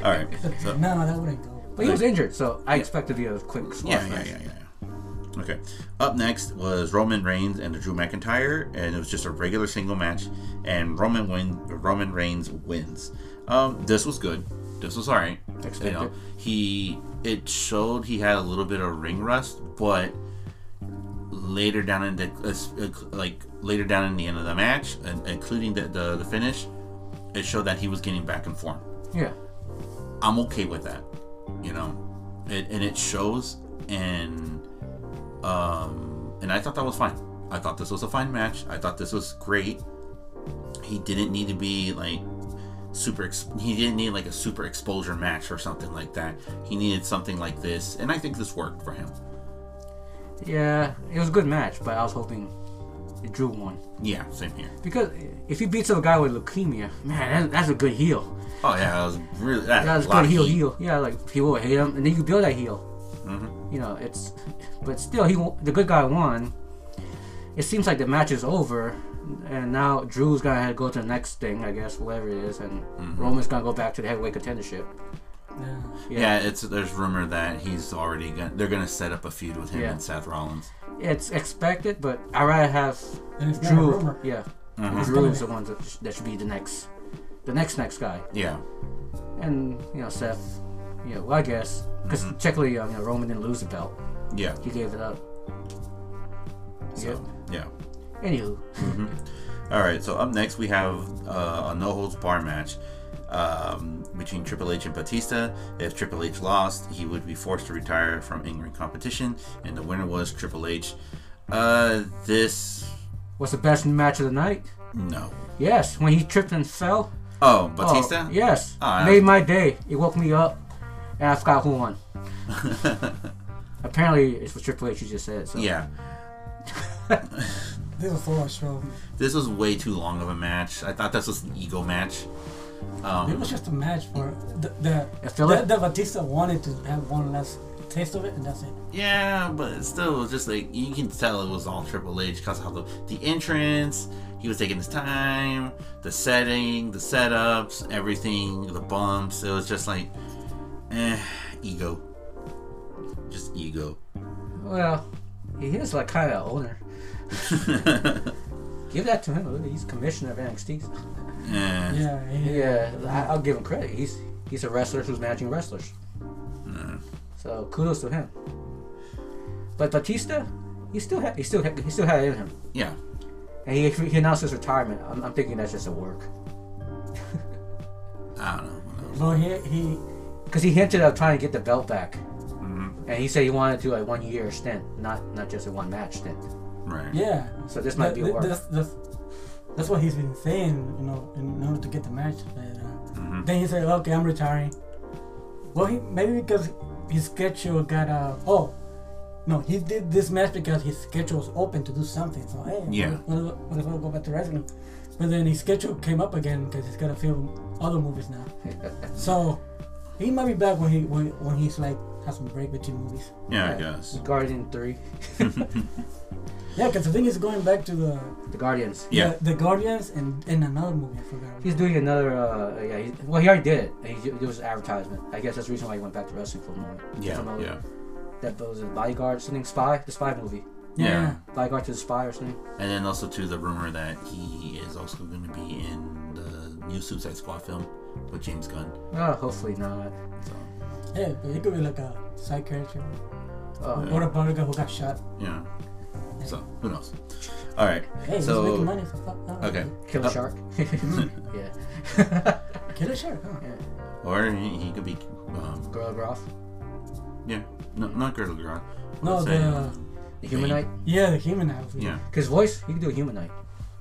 S1: All right. So,
S3: no, no, that wouldn't go.
S2: But he was injured, so I expected to be a quick squash
S1: yeah, yeah,
S2: match.
S1: yeah, yeah, yeah. Okay. Up next was Roman Reigns and Drew McIntyre, and it was just a regular single match, and Roman win. Roman Reigns wins. Um, this was good. This was alright. You know,
S2: Expected.
S1: he it showed he had a little bit of ring rust, but later down in the uh, like later down in the end of the match, and including the, the the finish, it showed that he was getting back in form.
S2: Yeah.
S1: I'm okay with that, you know, it, and it shows, and um, and I thought that was fine. I thought this was a fine match. I thought this was great. He didn't need to be like super. Ex- he didn't need like a super exposure match or something like that. He needed something like this, and I think this worked for him.
S2: Yeah, it was a good match, but I was hoping it drew one.
S1: Yeah, same here.
S2: Because if he beats up a guy with leukemia, man, that, that's a good heel.
S1: Oh yeah, that was really that,
S2: That's
S1: a
S2: a
S1: lot
S2: good
S1: of
S2: heel,
S1: heat.
S2: heel. Yeah, like people would hate him, and then you build that heel.
S1: Mm-hmm.
S2: You know, it's, but still, he won- the good guy won. It seems like the match is over, and now Drew's gonna have to go to the next thing, I guess, whatever it is, and
S1: Mm-hmm.
S2: Roman's gonna go back to the heavyweight contendership.
S3: Yeah.
S1: Yeah, it's there's rumor that he's already gonna, they're gonna set up a feud with him
S2: Yeah.
S1: and Seth Rollins.
S2: It's expected, but I rather have
S3: And it's not a
S2: Drew.
S3: rumor.
S2: Yeah,
S1: Mm-hmm.
S2: Drew is the one that, sh- that should be the next, the next next guy,
S1: Yeah,
S2: and you know Seth. You know, well, I guess because
S1: Mm-hmm.
S2: technically, uh, you know, Roman didn't lose the belt;
S1: yeah.
S2: he gave it up.
S1: So yeah.
S2: Yeah. Anywho,
S1: All right, so up next we have uh, a no holds bar match um, between Triple H and Batista. If Triple H lost, he would be forced to retire from in ring competition, and the winner was Triple H. Uh, this
S2: what's the best match of the night?
S1: no.
S2: Yes, when he tripped and fell.
S1: Oh,
S2: Oh,
S1: Batista.
S2: yes,
S1: Ah,
S2: made my day. It woke me up, and I forgot who won. Apparently, it's what Triple H you just said. So.
S1: Yeah.
S3: This was so much show.
S1: This was way too long of a match. I thought this was an ego match.
S3: It was just a match for the the,
S2: A filler?
S3: the, the Batista wanted to have one last taste of it, and that's it.
S1: Yeah, but still, it was just like you can tell it was all Triple H because how the the entrance, he was taking his time, the setting, the setups, everything, the bumps. It was just like, eh, ego, just ego.
S2: Well, he is like kind of owner. Give that to him. He's commissioner of NXT.
S1: Eh,
S3: Yeah, yeah.
S2: Yeah, I, I'll give him credit. He's he's a wrestler who's managing wrestlers. So kudos to him. But Batista, he still had he still had, he still had it in him,
S1: yeah,
S2: and he, he announced his retirement. I'm, I'm thinking that's just a work.
S1: I don't know.
S3: But he he
S2: Because he hinted of trying to get the belt back,
S1: Mm-hmm.
S2: and he said he wanted to do a one year stint, not not just a one match stint.
S1: Right.
S3: yeah.
S2: So this might be a
S3: Th-
S2: work.
S3: That's, that's, that's what he's been saying, you know, in order to get the match. uh,
S2: Mm-hmm.
S3: Then he said, "Okay, I'm retiring." Well, he maybe because his schedule got uh oh. No, he did this match because his schedule was open to do something. So hey,
S1: Yeah.
S3: what if- what if I go back to wrestling? But then his schedule came up again because he's got to film other movies now. so he might be back when he when, when he's like has some break between movies.
S1: Yeah, I guess.
S2: Guardian three,
S3: Yeah, because the thing is going back to the
S2: the Guardians.
S1: Yeah.
S3: the, the Guardians and, and another movie I forgot.
S2: He's doing another. Uh, yeah, he, well, he already did. it. He, ju- it was an advertisement. I guess that's the reason why he went back to wrestling for a moment.
S1: Yeah,
S2: From a-
S1: yeah,
S2: That was a bodyguard, something spy, the spy movie.
S1: yeah.
S2: Bodyguard to the spy or something.
S1: And then also too the rumor that he is also going to be in the new Suicide Squad film with James Gunn.
S2: Oh, hopefully not.
S1: So
S3: Yeah, but it could be like a psychiatrist
S2: Oh,
S3: or a burger who got shot.
S1: yeah. So who knows? All right.
S3: Hey, he's
S1: So-
S3: making money. So fuck that.
S1: Okay.
S2: Killer
S1: Uh,
S2: Shark. yeah.
S3: Killer Shark, huh?
S1: Or he, he could be, um,
S2: Gorilla Groff.
S1: yeah, no, not Girdle Grodd.
S3: No,
S1: Let's say,
S3: the
S2: The Humanite.
S3: yeah, the human outfit.
S1: yeah,
S2: His voice, he can do a Humanite.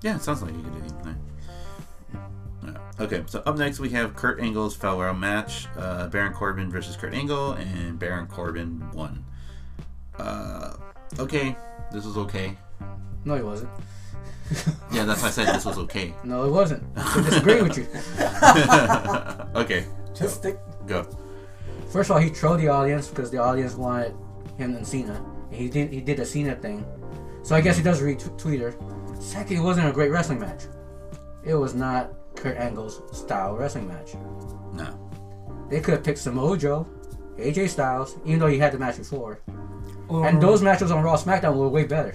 S1: yeah. It sounds like he could do anything. Yeah. Okay, so up next we have Kurt Angle's farewell match: uh, Baron Corbin versus Kurt Angle, and Baron Corbin won. Uh, okay, this was okay.
S2: No, he wasn't.
S1: Yeah, that's why I said this was okay.
S2: No, it wasn't. I disagree with you.
S1: Okay,
S3: Just stick.
S1: go.
S2: First of all, he trolled the audience because the audience wanted him and Cena. And he did he did the Cena thing, so I guess he does retweet her. Second, it wasn't a great wrestling match. it was not Kurt Angle's style wrestling match.
S1: No.
S2: They could have picked Samoa Joe, AJ Styles, even though he had the match before.
S3: Or,
S2: And those matches on Raw SmackDown were way better.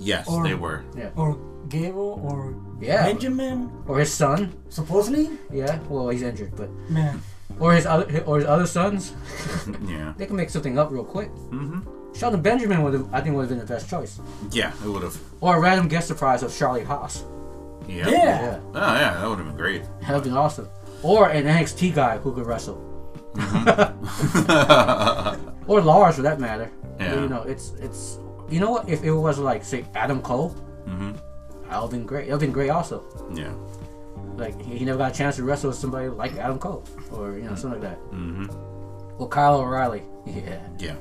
S1: Yes,
S3: Or-
S1: they were.
S2: Yeah.
S3: or Gable or
S2: Yeah.
S3: Benjamin
S2: Or his son.
S3: supposedly
S2: Yeah. Well, he's injured, but
S3: man
S2: or his other or his other sons.
S1: Yeah.
S2: They can make something up real quick.
S1: Mm-hmm.
S2: Sheldon Benjamin would have, I think would have been the best choice.
S1: Yeah, it would have.
S2: Or a random guest surprise of Charlie Haas.
S1: Yeah.
S3: Yeah.
S1: Oh yeah, that would have been great.
S2: That would have been awesome. Or an NXT guy who could wrestle.
S1: Mm-hmm.
S2: or Lars for that matter.
S1: Yeah.
S2: You know, it's it's you know what if it was like say Adam Cole,
S1: hmm
S2: that would have been great. It would have been great also.
S1: Yeah.
S2: Like he he never got a chance to wrestle with somebody like Adam Cole or you know, something like that.
S1: Mm-hmm.
S2: Or Kyle O'Reilly. Yeah.
S1: Yeah.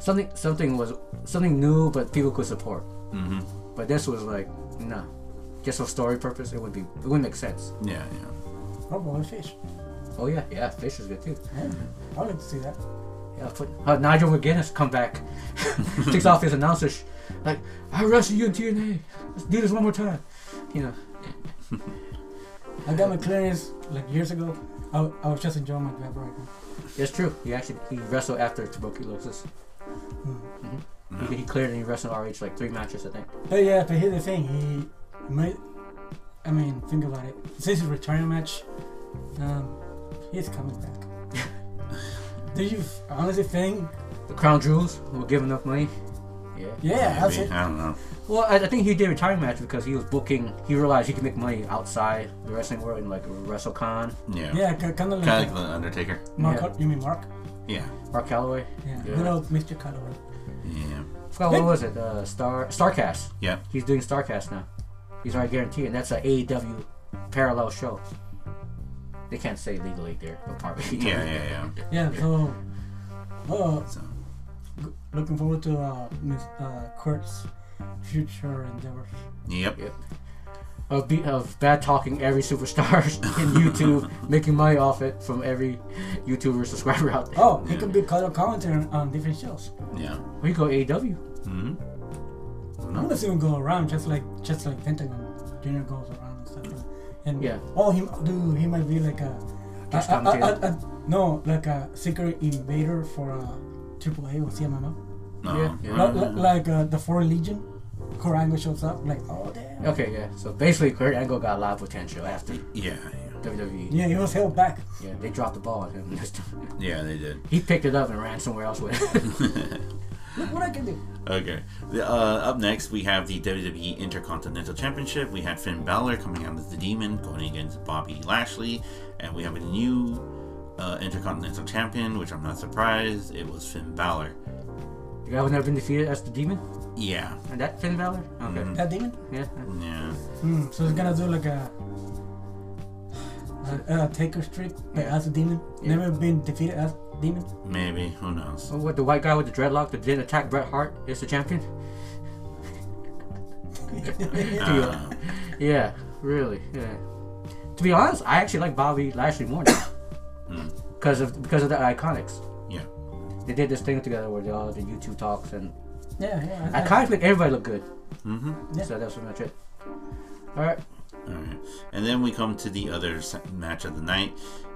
S2: Something something was something new but people could support.
S1: Mm-hmm.
S2: But this was like, no. Just for story purpose it would be it would make sense.
S1: Yeah. Yeah.
S3: or Bobby Fish.
S2: Oh yeah, yeah, Fish is good too.
S3: Yeah. I would like to see that.
S2: Yeah, put, uh, Nigel McGuinness come back, takes off his announcer, sh- like I wrestle you in TNA. Let's do this one more time. You know,
S3: I got my clearance like years ago. I, I was just enjoying my job right now.
S2: it's true. He actually he wrestled after tuberculosis.
S3: Hmm.
S1: Mm-hmm.
S2: He, he cleared and he wrestled RH like three matches, I think.
S3: But yeah, but here's the thing. He might. I mean, think about it. Since his retirement match, um, he's coming back. Do you f- honestly think?
S2: The Crown Jewels were giving up money. Yeah.
S3: Yeah, that's
S1: Maybe.
S3: it.
S1: I don't know.
S2: Well, I, I think he did retiring match because he was booking. He realized he could make money outside the wrestling world in like WrestleCon.
S1: Yeah.
S3: Yeah, kind of like
S1: Kind of like the Undertaker.
S3: Mark.
S2: Yeah.
S3: You mean Mark?
S1: Yeah.
S2: Mark Calloway.
S3: Yeah.
S2: Yeah.
S3: Good old Mr. Calloway.
S1: Yeah.
S2: I forgot what was it? Uh, Star Starcast.
S1: Yeah.
S2: He's doing Starcast now. He's already guaranteed, and that's an AEW parallel show. They can't say legally there, but probably.
S1: Yeah. Yeah.
S3: Yeah. So, oh,
S1: So.
S3: g- looking forward to uh, Miss uh, Kurt's future endeavors.
S1: Yep.
S2: Of, be, of bad talking every superstar in YouTube, making money off it from every YouTuber subscriber out there.
S3: Oh, he
S1: Yeah.
S3: could be color commentator on different shows.
S1: Yeah.
S2: We go E AEW.
S1: Mm-hmm.
S3: I'm gonna see him go around just like just like Pentagon Junior goes around and stuff. Like, and
S2: Yeah.
S3: oh, he dude, he might be like a, a,
S2: Guest
S3: a- a-
S2: commentator.
S3: a- a- no, like a secret invader for uh, AAA or CMMO.
S1: No.
S2: Yeah.
S3: Li- li- like uh, the Foreign Legion, Korango shows up. Like oh damn.
S2: Okay, yeah. So basically, Kurt Angle got a lot of potential after
S1: Yeah.
S2: WWE.
S3: Yeah, he was held back.
S2: Yeah, they dropped the ball on him. this time.
S1: Yeah. Yeah. They did.
S2: he picked it up and ran somewhere else with it.
S3: Look what I can do.
S1: Okay. The, uh, up next, we have the WWE Intercontinental Championship. We had Finn Balor coming out as the Demon, going against Bobby Lashley, and we have a new uh, Intercontinental Champion, which I'm not surprised. It was Finn Balor.
S2: The guy who never been defeated as the demon?
S1: Yeah.
S2: And that Finn Balor? Okay.
S1: Mhm.
S3: That demon.
S2: Yeah.
S1: Yeah.
S3: Hmm. So he's gonna do like a. Uh, Taker Street, but as a demon,
S2: Yeah.
S3: never been defeated as demon.
S1: Maybe. Who knows?
S2: What, the white guy with the dreadlock that didn't attack Bret Hart is the champion?
S1: Uh,
S2: Yeah, really. Yeah. To be honest, I actually like Bobby Lashley more now. Because of because of the Iconics,
S1: Hmm. yeah.
S2: they did this thing together where they all did YouTube talks, and
S3: Yeah, yeah. I- I-
S2: Iconics make everybody look good.
S1: Mm-hmm.
S3: Yeah.
S2: So that's pretty much it. All right.
S1: All right. And then we come to the other s- match of the night.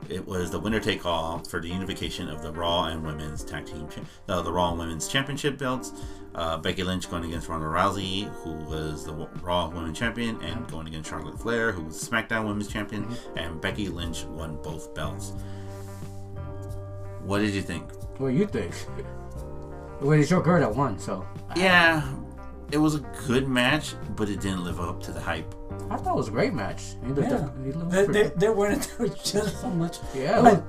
S1: It was the winner take all for the unification of the Raw and Women's Tag Team, cha- uh, the Raw and Women's Championship belts. Uh, Becky Lynch going against Ronda Rousey, who was the w- Raw Women Champion, and going against Charlotte Flair, who was SmackDown Women's Champion. And Becky Lynch won both belts. What did you think?
S2: What do you think? Well, it's your girl that won, so
S1: Yeah, it was a good match, but it didn't live up to the hype.
S2: I thought it was a great match. He looked
S3: Yeah.
S2: up- he looked
S3: They,
S2: pretty-
S3: they, they weren't just so much.
S2: Yeah,
S3: Like,
S2: it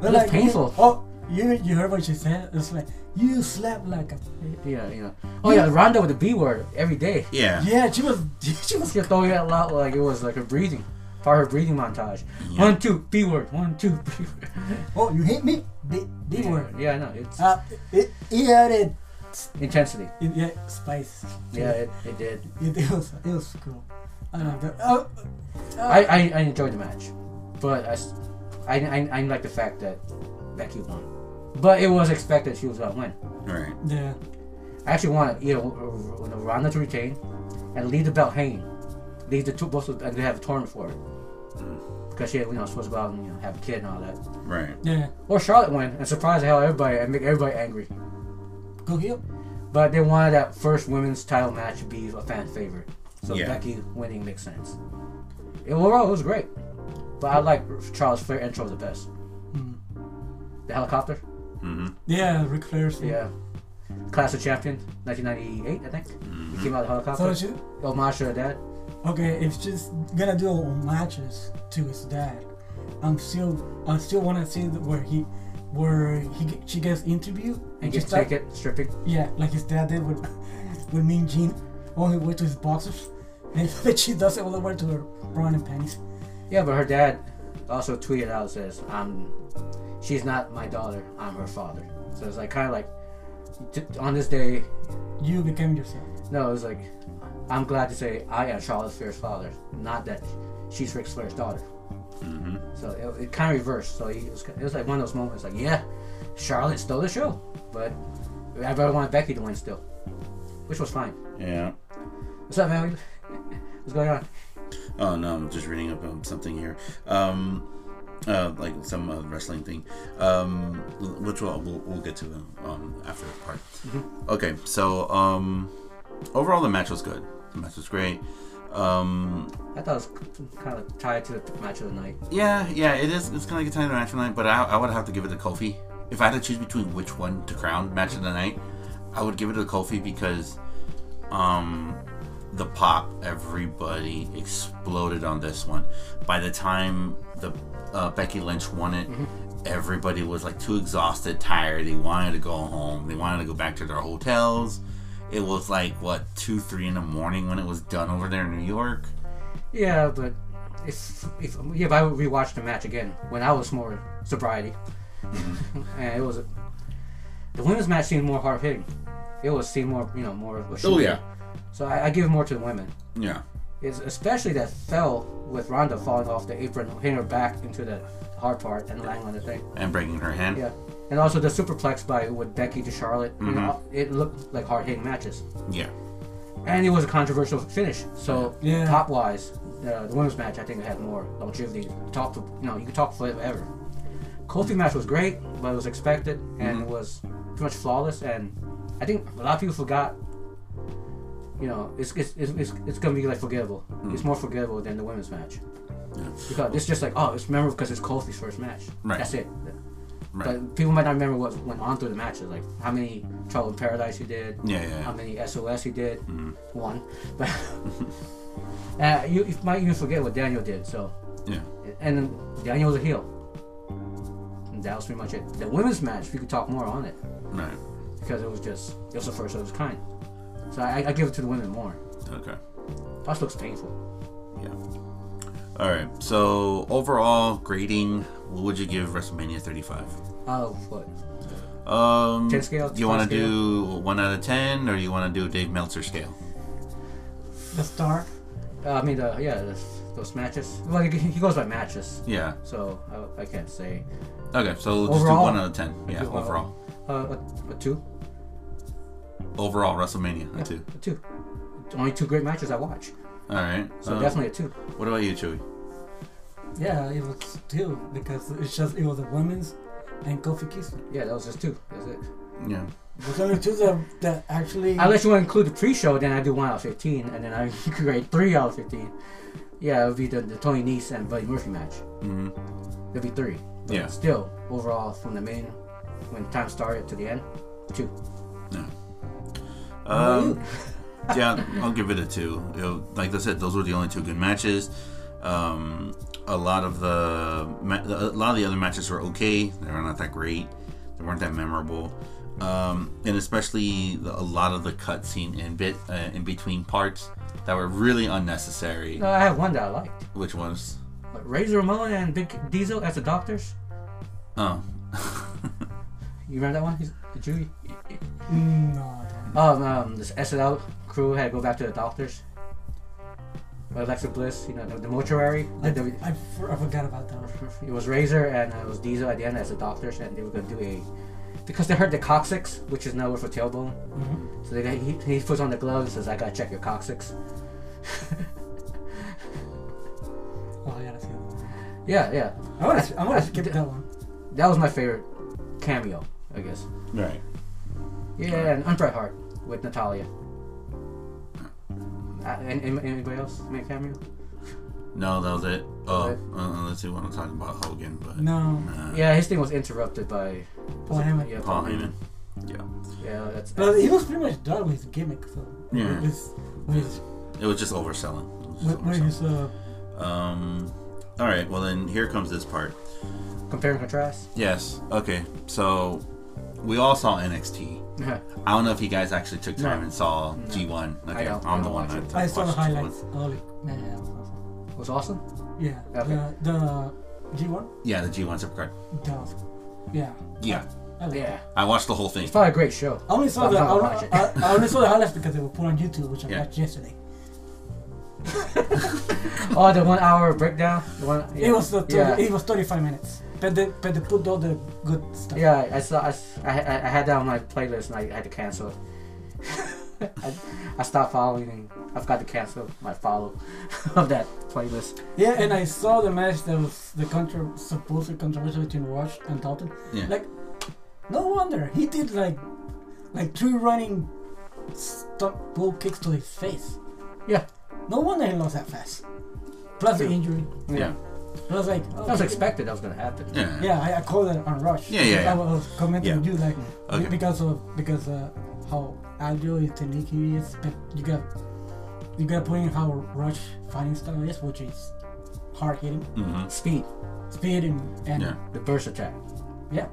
S3: they're
S2: was
S3: like,
S2: painful.
S3: Oh, you you heard what she said? It's like you slept like a.
S2: yeah, you know. Oh yeah, Ronda with the B word every day.
S1: Yeah.
S3: Yeah, she was she was
S2: She throwing it out loud like it was like her breathing, part of her breathing montage.
S1: Yeah.
S2: One two B word, one two B word.
S3: Oh, you hit me? B, B word.
S2: Yeah, I know. It's
S3: Uh, it it added
S2: intensity.
S3: it, yeah spice.
S2: Yeah, it, it did.
S3: It, it was it was cool. I don't know. Oh,
S2: I, I, I enjoyed the match, but I, s- I, I- I like the fact that Becky won. But it was expected she was gonna win.
S1: All right.
S3: yeah.
S2: uh, I actually wanted you know R- R- Ronda to retain and leave the belt hanging. These the two both and they have a tournament for it. Because she, you know, supposed to go out and you know, have a kid and all that.
S1: Right.
S3: Yeah,
S2: Or Charlotte win and surprise the hell out of everybody and make everybody angry.
S3: go heel.
S2: But they wanted that first women's title match to be a fan favorite. So
S1: Yeah.
S2: Becky winning makes sense. It, overall, it was great. But I like Charles Flair intro the best.
S3: Mm.
S2: The helicopter?
S1: Mm-hmm.
S3: Yeah, Ric Flair's.
S2: Yeah. Class of Champions, 1998, I think. He came out of the
S3: So
S2: helicopter.
S3: she,
S2: Homage to her dad.
S3: okay, if she's gonna do matches to his dad, I'm still, I still wanna see the, where he, where he ge- she gets interviewed
S2: And
S3: she
S2: get
S3: start-
S2: ticket, stripping.
S3: Yeah, like his dad did with, with Mean Gene on his way to his boxers, and that she does it all the way to her bra and panties.
S2: Yeah, but her dad also tweeted out says, "I'm, she's not my daughter. I'm her father." So it's like kind of like, t- on this day,
S3: You became yourself.
S2: no, it was like, I'm glad to say I am Charlotte Flair's father, not that she's Ric Flair's daughter.
S1: Mm-hmm.
S2: So it, it kind of reversed. So he, it, was, it was like one of those moments, like yeah, Charlotte stole the show, but I rather wanted Becky to win still, which was fine.
S1: Yeah.
S2: What's up, man? What's going on?
S1: Oh no, I'm just reading up um, something here. Um, uh, like some uh, wrestling thing, um, l- which we'll, we'll, we'll get to um, after the part. Okay, so um, overall the match was good. The match was great. Um,
S2: I thought it was kind of tied to the match of the night.
S1: yeah, yeah, it is. It's kind of like a time of match of the night, but I, I would have to give it to Kofi. If I had to choose between which one to crown match of the night, I would give it to Kofi because um, the pop everybody exploded on this one. By the time the uh, Becky Lynch won it, everybody was like too exhausted, tired. They wanted to go home. They wanted to go back to their hotels. It was like what two, three in the morning when it was done over there in New York.
S2: Yeah, but if if yeah, if I would rewatch the match again when I was more sobriety, and it was the women's match seemed more hard hitting. It was seemed more you know more. Of a shooting. So I, I give more to the women.
S1: yeah.
S2: It's especially that fell with Ronda falling off the apron, hitting her back into the hard part and landing on the thing.
S1: And breaking her hand.
S2: Yeah. And also the superplex by with Becky to Charlotte, you know, it looked like hard hitting matches,
S1: yeah.
S2: and it was a controversial finish. So
S3: Yeah.
S2: top wise, uh, the women's match I think had more longevity. Talk, for, you know, you could talk forever. Kofi match was great, but it was expected and it was pretty much flawless. And I think a lot of people forgot. You know, it's it's, it's, it's, it's gonna be like forgettable. It's more forgettable than the women's match
S1: Yeah.
S2: because it's just like oh, it's memorable because it's Kofi's first match.
S1: Right.
S2: That's it.
S1: Right.
S2: But people might not remember what went on through the matches, like how many Trouble in Paradise he did,
S1: yeah, yeah, Mm-hmm.
S2: how
S1: yeah.
S2: many SOS he did, one. But uh, you, you might even forget what Daniel did. So,
S1: Yeah.
S2: and then Daniel was a heel. And that was pretty much it. The women's match, we could talk more on it
S1: Right.
S2: because it was just it was the first of its kind. So I, I give it to the women more.
S1: Okay.
S2: Plus, looks painful.
S1: Yeah. All right. So overall grading, what would you give WrestleMania 35?
S2: Oh, what?
S1: Um,
S2: 10 scale,
S1: Do you want
S2: 5
S1: to do one out of ten, or do you want to do a Dave Meltzer scale?
S3: The star.
S2: Uh, I mean, uh, yeah, those, those matches. Well, he, he goes by matches,
S1: Yeah.
S2: so I, I can't say.
S1: Okay. So just do
S2: Overall?
S1: one out of ten. Yeah.
S2: do one.
S1: Overall.
S2: Uh, a, a two.
S1: Overall WrestleMania a two.
S2: A two. Only two great matches I watch.
S1: All right.
S2: So
S1: Uh,
S2: definitely a two.
S1: What about you, Chewy?
S3: Yeah, it was still because it's just it was the women's and Kofi Kingston.
S2: Yeah, that was just two. That's it.
S1: Yeah.
S3: There's only two that, that actually.
S2: Unless you want to include the pre-show, then I do one out of fifteen, and then I grade three out of fifteen. Yeah, it would be the, the Tony Nese and Buddy Murphy match.
S1: hmm
S2: It'd be three. But
S1: Yeah.
S2: Still, overall, from the main, when time started to the end, two.
S1: Um, yeah, I'll give it a two. You know, like I said, those were the only two good matches. Um, a lot of the ma- a lot of the other matches were okay. They were not that great. They weren't that memorable. Um, and especially the, a lot of the cutscene in bit uh, in between parts that were really unnecessary.
S2: No, I have one that I liked.
S1: Which ones?
S2: But Razor Ramon and Big Diesel as the doctors.
S1: Oh,
S2: You remember that one? He's, the Judy.
S3: Mm, no, I don't.
S2: Um, um, this SNL crew had to go back to the doctors. But Alexa Bliss, you know, the, the mortuary.
S3: I,
S2: The, the,
S3: I, for- I forgot about that. one.
S2: it was Razor and uh, it was Diesel at the end as the doctors, and they were gonna do a because they hurt the coccyx, which is now for tailbone.
S3: Mhm.
S2: So they, he, he puts on the gloves and says, "I gotta check your coccyx."
S3: Oh, I gotta see that.
S2: Yeah, yeah.
S3: I wanna, I wanna skip that one.
S2: That was my favorite cameo, I guess.
S1: Right.
S2: Yeah, and Unbret Heart with Natalia. Uh, and, and- anybody else make a cameo?
S1: No, that was it. Oh,
S2: Okay.
S1: uh, unless you want to talk about Hogan, but
S3: No,
S1: nah.
S2: Yeah, his thing was interrupted by
S3: Paul Heyman.
S2: Yeah,
S1: Paul Heyman. Yeah,
S2: Yeah, that's.
S3: Oh, But he was pretty much done with his gimmick. So
S1: Yeah.
S3: With, with,
S1: it was just overselling. It was just
S3: with, with
S1: overselling.
S3: his uh,
S1: Um, all right. Well, then here comes this part.
S2: uh, Compare and contrast.
S1: Yes. Okay. So we all saw NXT. I don't know if you guys actually took time
S2: No.
S1: and saw G1.
S2: I
S1: Okay,
S2: don't- I
S1: I'm the
S2: don't
S1: one
S2: watch
S1: that
S3: I saw the
S1: watched G1.
S3: highlights. I was like, man, that was awesome.
S2: was awesome.
S3: Yeah.
S2: Okay.
S3: The, the G one.
S1: Yeah, the G1 Supercard.
S3: That was. Yeah.
S1: Yeah,
S3: I like
S2: Yeah,
S1: I watched the whole thing.
S2: it's probably a great show.
S3: I only saw
S2: I'm
S3: the
S2: not
S3: I,
S2: gonna
S3: only-
S2: watch
S3: I, I only saw the highlights because they were put on YouTube, which I
S1: Yeah.
S3: watched yesterday.
S2: Oh, the one hour breakdown. The one. Yeah.
S3: It was the
S2: yeah.
S3: it was thirty five minutes, but they but they put all the good stuff.
S2: Yeah, I saw. I, s- I, I- I had that on my playlist, and I had to cancel. it. I, I stopped following. And I've got to cancel my follow of that playlist.
S3: Yeah, and I saw the match that was the contro- supposed controversy between Rush and Dalton.
S1: Yeah.
S3: Like, no wonder he did like like three running stump bull kicks to his face.
S2: Yeah.
S3: No wonder he lost that fast. Plus the
S2: True.
S3: injury.
S1: Yeah.
S3: Plus like
S2: That was expected. That was gonna happen.
S1: Yeah.
S3: Yeah, I, I called it on Rush.
S1: Yeah, yeah, yeah.
S3: I was commenting
S1: Yeah.
S3: with you like
S1: Okay.
S3: be- because of because uh, how agile his technique is, but you got you got to put in how Rush fighting style is, which is hard hitting,
S1: hmm
S2: Speed,
S3: speed, and, and
S1: Yeah.
S2: the burst attack.
S3: yeah,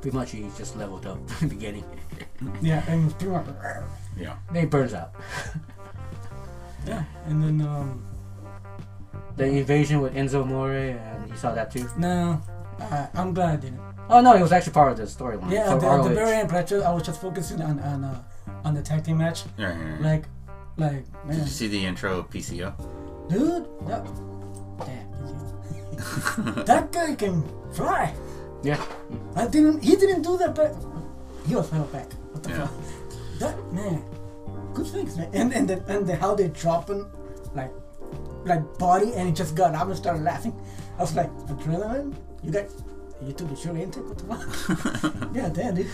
S2: Pretty much, he just leveled up in the beginning.
S3: yeah, and it's pretty much
S1: Yeah.
S2: Then he burns out.
S3: yeah, and then um
S2: The invasion with Enzo More, and you saw that too.
S3: no, I, I'm glad I
S1: Mm.
S3: didn't.
S2: Oh no, it was actually part of the storyline.
S3: Yeah,
S2: for
S3: at the, at the
S2: ROH.
S3: very end, but I, just, I was just focusing on on uh, on the tag team match,
S1: Yeah, yeah, yeah.
S3: like like
S1: Mm. Did you
S3: man,
S1: see the intro of PCO?
S3: dude, that, damn, that guy can fly.
S2: Yeah.
S3: I didn't. He didn't do that, but he was held back. What the
S1: Yeah.
S3: fuck? That man. Good things, man. And and the, and the, how they drop him, like, like body, and he just got up and started laughing. I was like, adrenaline. You got, you took the sugar intake. What the fuck? yeah, damn, dude.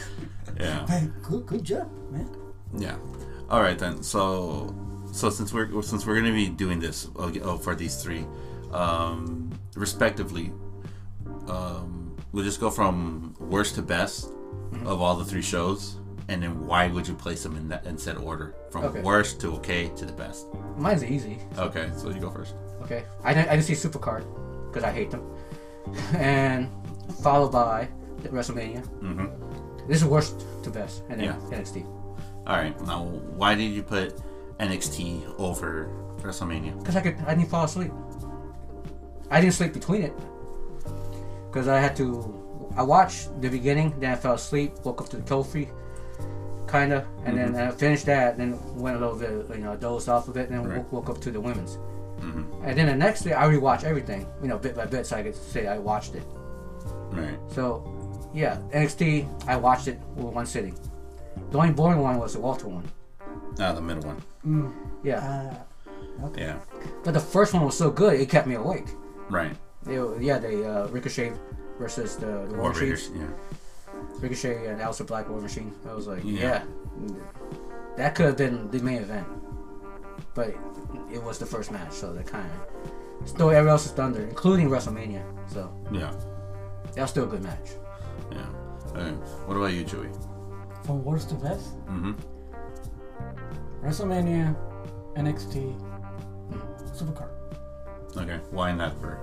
S1: Yeah.
S3: Hey, good, good job, man.
S1: Yeah. All right then. So, so since we're since we're gonna be doing this uh, oh, for these three, um, respectively, um, we'll just go from worst to best of all the three shows, and then why would you place them in that in said order from
S2: Okay.
S1: worst to okay to the best?
S2: Mine's easy.
S1: Okay, so you go first.
S2: Okay. I didn't, I didn't see Supercard because I hate them. and followed by the WrestleMania.
S1: Mm-hmm.
S2: This is worst to best. And then
S1: Yeah.
S2: NXT.
S1: All right. Now, why did you put NXT over WrestleMania?
S2: Because I, could, I didn't fall asleep. I didn't sleep between it. Because I had to. I watched the beginning, then I fell asleep, woke up to the Kofi, kind of. And then
S1: Mm-hmm.
S2: I finished that, then went a little bit, you know, dozed off of it, and then
S1: Right.
S2: woke, woke up to the women's.
S1: Mm-hmm.
S2: And then the next day, I rewatched everything, you know, bit by bit, so I could say I watched it.
S1: Right.
S2: So, yeah, NXT, I watched it with one sitting. The only boring one was the Walter one.
S1: Ah, the middle one.
S3: Mm,
S2: Yeah,
S3: uh, okay.
S1: Yeah.
S2: but the first one was so good, it kept me awake.
S1: Right.
S2: They, were- yeah, they uh, Ricochet versus the, the War
S1: War
S2: Machine.
S1: Raiders. Yeah.
S2: Ricochet and Alistair Black War Machine. I was like, yeah,
S1: Yeah.
S2: that could have been the main event, but it was the first match, so that kind of stole everyone else's thunder, including WrestleMania. So
S1: Yeah.
S2: that was still a good match.
S1: Yeah. Okay. What about you, Joey?
S3: From worst to best,
S1: Mm-hmm.
S3: WrestleMania, NXT, Supercard.
S1: Okay. Why not for?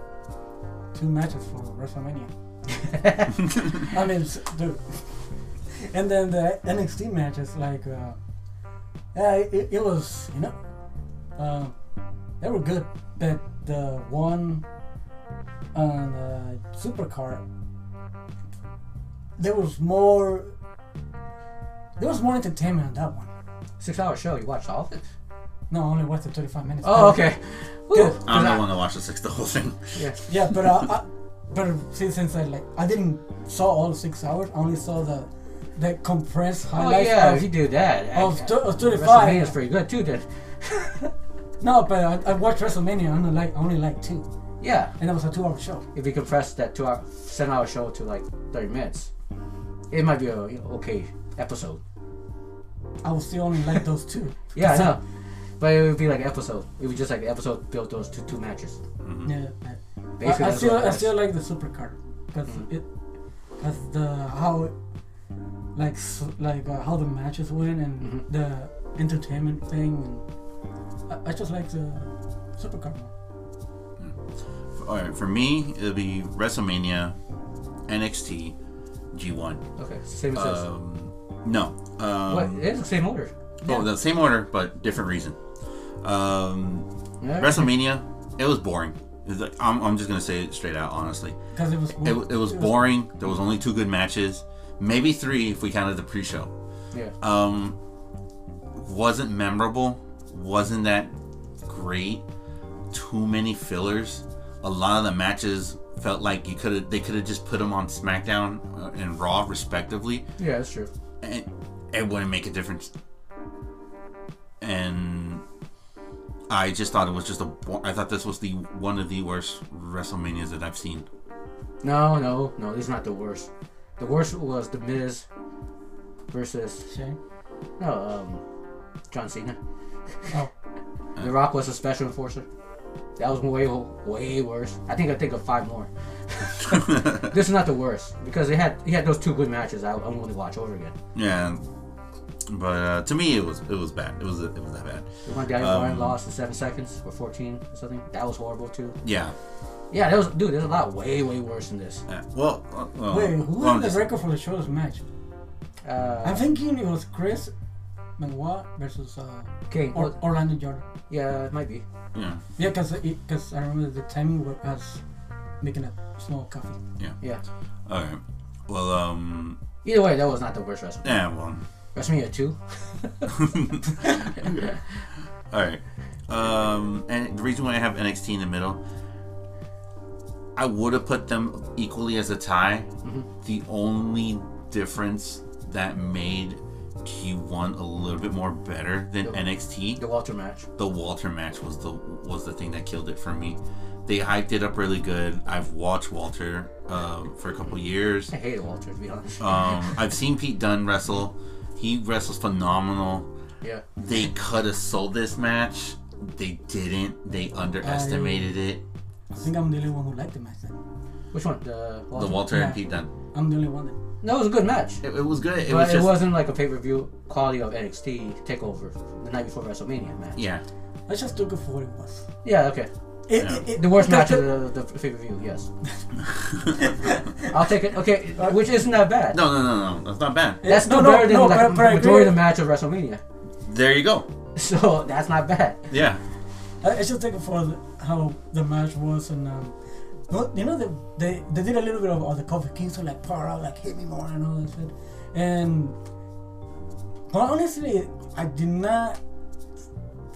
S3: two matches for WrestleMania. I mean, s- dude. And then the NXT matches, like, uh, yeah, it, it was, you know, uh, they were good. But the one on the supercard, there was more, there was more entertainment on that one.
S2: Six-hour show. You watched all of it?
S3: No, I only watched the 35 minutes.
S2: Oh, okay. Woo.
S3: Good.
S1: I'm
S2: Cause
S1: the
S2: I-
S1: one that watched the six the whole thing.
S2: Yeah.
S3: Yeah, but uh, I, but since, since I like I didn't saw all six hours. I only saw the the compressed
S2: Oh
S3: highlights.
S2: yeah,
S3: of-
S2: if you do that.
S3: of
S2: I-
S3: th- of
S2: WrestleMania is
S3: 35.
S2: pretty good too. Then.
S3: No, but I, I watched WrestleMania. I only like I only like two.
S2: Yeah,
S3: and it was a two-hour show.
S2: if you compress that two hour, seven hour show to like 30 minutes, it might be a you know, okay episode.
S3: I would still only like those two.
S2: Yeah, I
S3: So-
S2: know. But it would be like episode. It would just like the episode built those two two matches.
S3: Yeah, I-
S2: Basically,
S3: I, I
S2: that's
S3: still
S2: what it
S3: I
S2: was. Mm-hmm.
S3: still like the super card because it because the how like s- like uh, how the matches went and
S2: Mhm.
S3: the entertainment thing and I, I just like the super card. more.
S1: All right, for me, it'll be WrestleMania, NXT, G1.
S2: Okay, same as this.
S1: Um, no. Um,
S2: What? It's the same order.
S1: Oh, the same order, but different reason. Um,
S2: Yeah.
S1: WrestleMania, it was boring. It was like, I'm, I'm just gonna say it straight out, honestly.
S3: Because it was bo-
S1: It, w- it was boring. There was only two good matches, maybe three if we counted the pre-show.
S2: Yeah.
S1: Um, wasn't memorable. Wasn't that great. Too many fillers. A lot of the matches felt like you could have. They could have just put them on SmackDown uh, and Raw, respectively,
S2: yeah, that's true.
S1: and it wouldn't make a difference. And I just thought it was just a. bo- I thought this was the one of the worst WrestleManias that I've seen.
S2: No, no, no. This is not the worst. The worst was the Miz versus
S3: Shane.
S2: no um, John Cena.
S3: Oh,
S2: The Rock was a special enforcer. That was way way worse. I think I think of five more. this is not the worst because they had he had those two good matches. I I'm willing to watch over again.
S1: Yeah, but uh, to me, it was it was bad. It was it was that bad.
S2: The one guy
S1: Um,
S2: Ryan lost in seven seconds or 14 or something. That was horrible too.
S1: Yeah.
S2: Yeah, that was dude. There's a lot way way worse than this.
S1: Yeah, Well, uh, well
S3: wait, who
S1: well,
S3: had the
S1: just-
S3: record for the shortest match? I'm
S2: Uh,
S3: thinking it was Chris Benoit versus uh,
S2: King.
S3: or-
S2: well,
S3: Orlando Jordan.
S2: yeah, it might be.
S1: Yeah,
S3: Yeah, because because I remember the timing was us making a small coffee.
S2: Yeah.
S1: all right. Well, um,
S2: Either way, that was not the worst WrestleMania.
S1: yeah, well,
S2: WrestleMania two.
S1: all right. Um, and the reason why I have NXT in the middle, I would have put them equally as a tie. The only difference that made G1 a little bit more better than
S2: The-
S1: NXT
S2: The Walter match.
S1: the Walter match was the was the thing that killed it for me. They hyped it up really good. I've watched Walter um, for a couple years.
S2: I hated Walter to be honest.
S1: Um, I've seen Pete Dunne wrestle. He wrestles phenomenal.
S2: yeah.
S1: They could have sold this match. They didn't. They underestimated it.
S3: I think I'm the only one who liked the match. Then.
S2: Which one? The Walter.
S1: The Walter and Pete Dunne.
S3: I'm the only one. Then.
S2: No, it was a good match.
S1: It, it was good. It
S2: but
S1: was
S2: it
S1: just
S2: wasn't like a pay per view quality of NXT Takeover the night before WrestleMania match.
S1: yeah.
S3: I just took it for what it was.
S2: Yeah, okay.
S3: It,
S1: Yeah.
S3: it, it,
S2: The worst match
S3: because the-
S2: of the, the pay per view. Yes. I'll take it. Okay, which isn't that bad.
S1: No, no, no, no. That's not bad.
S2: That's
S3: No,
S2: still
S3: no,
S2: better than
S3: no,
S2: like,
S3: but-
S2: the
S3: but I agree
S2: majority of
S3: with-
S2: the match of WrestleMania.
S1: There you go.
S2: So that's not bad.
S1: Yeah.
S3: I, I just took Uh, it for the, how the match was and. Um, but, you know they, they they did a little bit of, of the coffee Kingston like power out like hit me more and all that shit, and but honestly I did not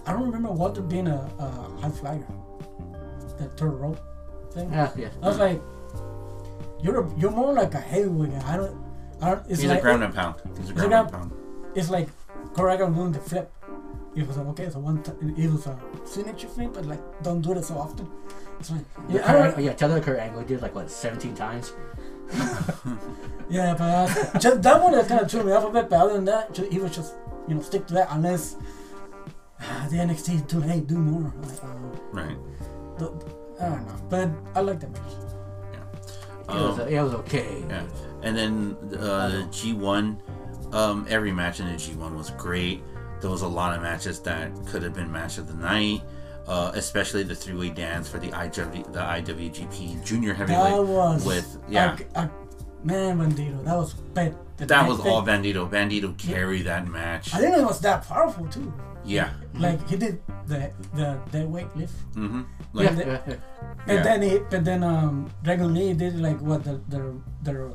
S3: I don't remember Walter being a, a high flyer, the third row thing.
S2: Yeah, yeah.
S3: I was like, you're a, you're more like a heavyweight. guy. I don't. I don't it's
S1: He's
S3: like
S1: a ground and pound. He's a ground
S3: ground-
S1: and pound.
S3: it's like Koragan doing the flip. It was like, okay, so one t- it was a signature thing, but like don't do it so often. It's like yeah, I
S2: Kurt,
S3: don't-
S2: yeah, tell the Kurt Angle he did like what 17 times.
S3: yeah, but uh, just that one that kind of threw me off a bit. But other than that, ju- he was just you know stick to that unless ah, the NXT do hey do more. I'm Like, uh,
S1: Right.
S3: do- I don't know, but I like that match.
S2: It, was,
S1: Um,
S2: it was okay.
S1: Yeah, and then uh, G1, um, every match in the G1 was great. There was a lot of matches that could have been match of the night, uh, especially the three-way dance for the IW, the IWGP Junior Heavyweight
S3: That was
S1: with yeah.
S3: I, I, man, Bandito, that was bad. The
S1: that
S3: night
S1: was
S3: thing-
S1: all Bandito. Bandito carried that match.
S3: I didn't know it was that powerful too.
S1: Yeah.
S3: Like he did the the the weightlift,
S1: Mm-hmm.
S2: Yeah,
S1: Like,
S3: the-
S2: yeah, yeah.
S3: and
S1: Yeah.
S3: then he but then um Dragon Lee did like what the the the,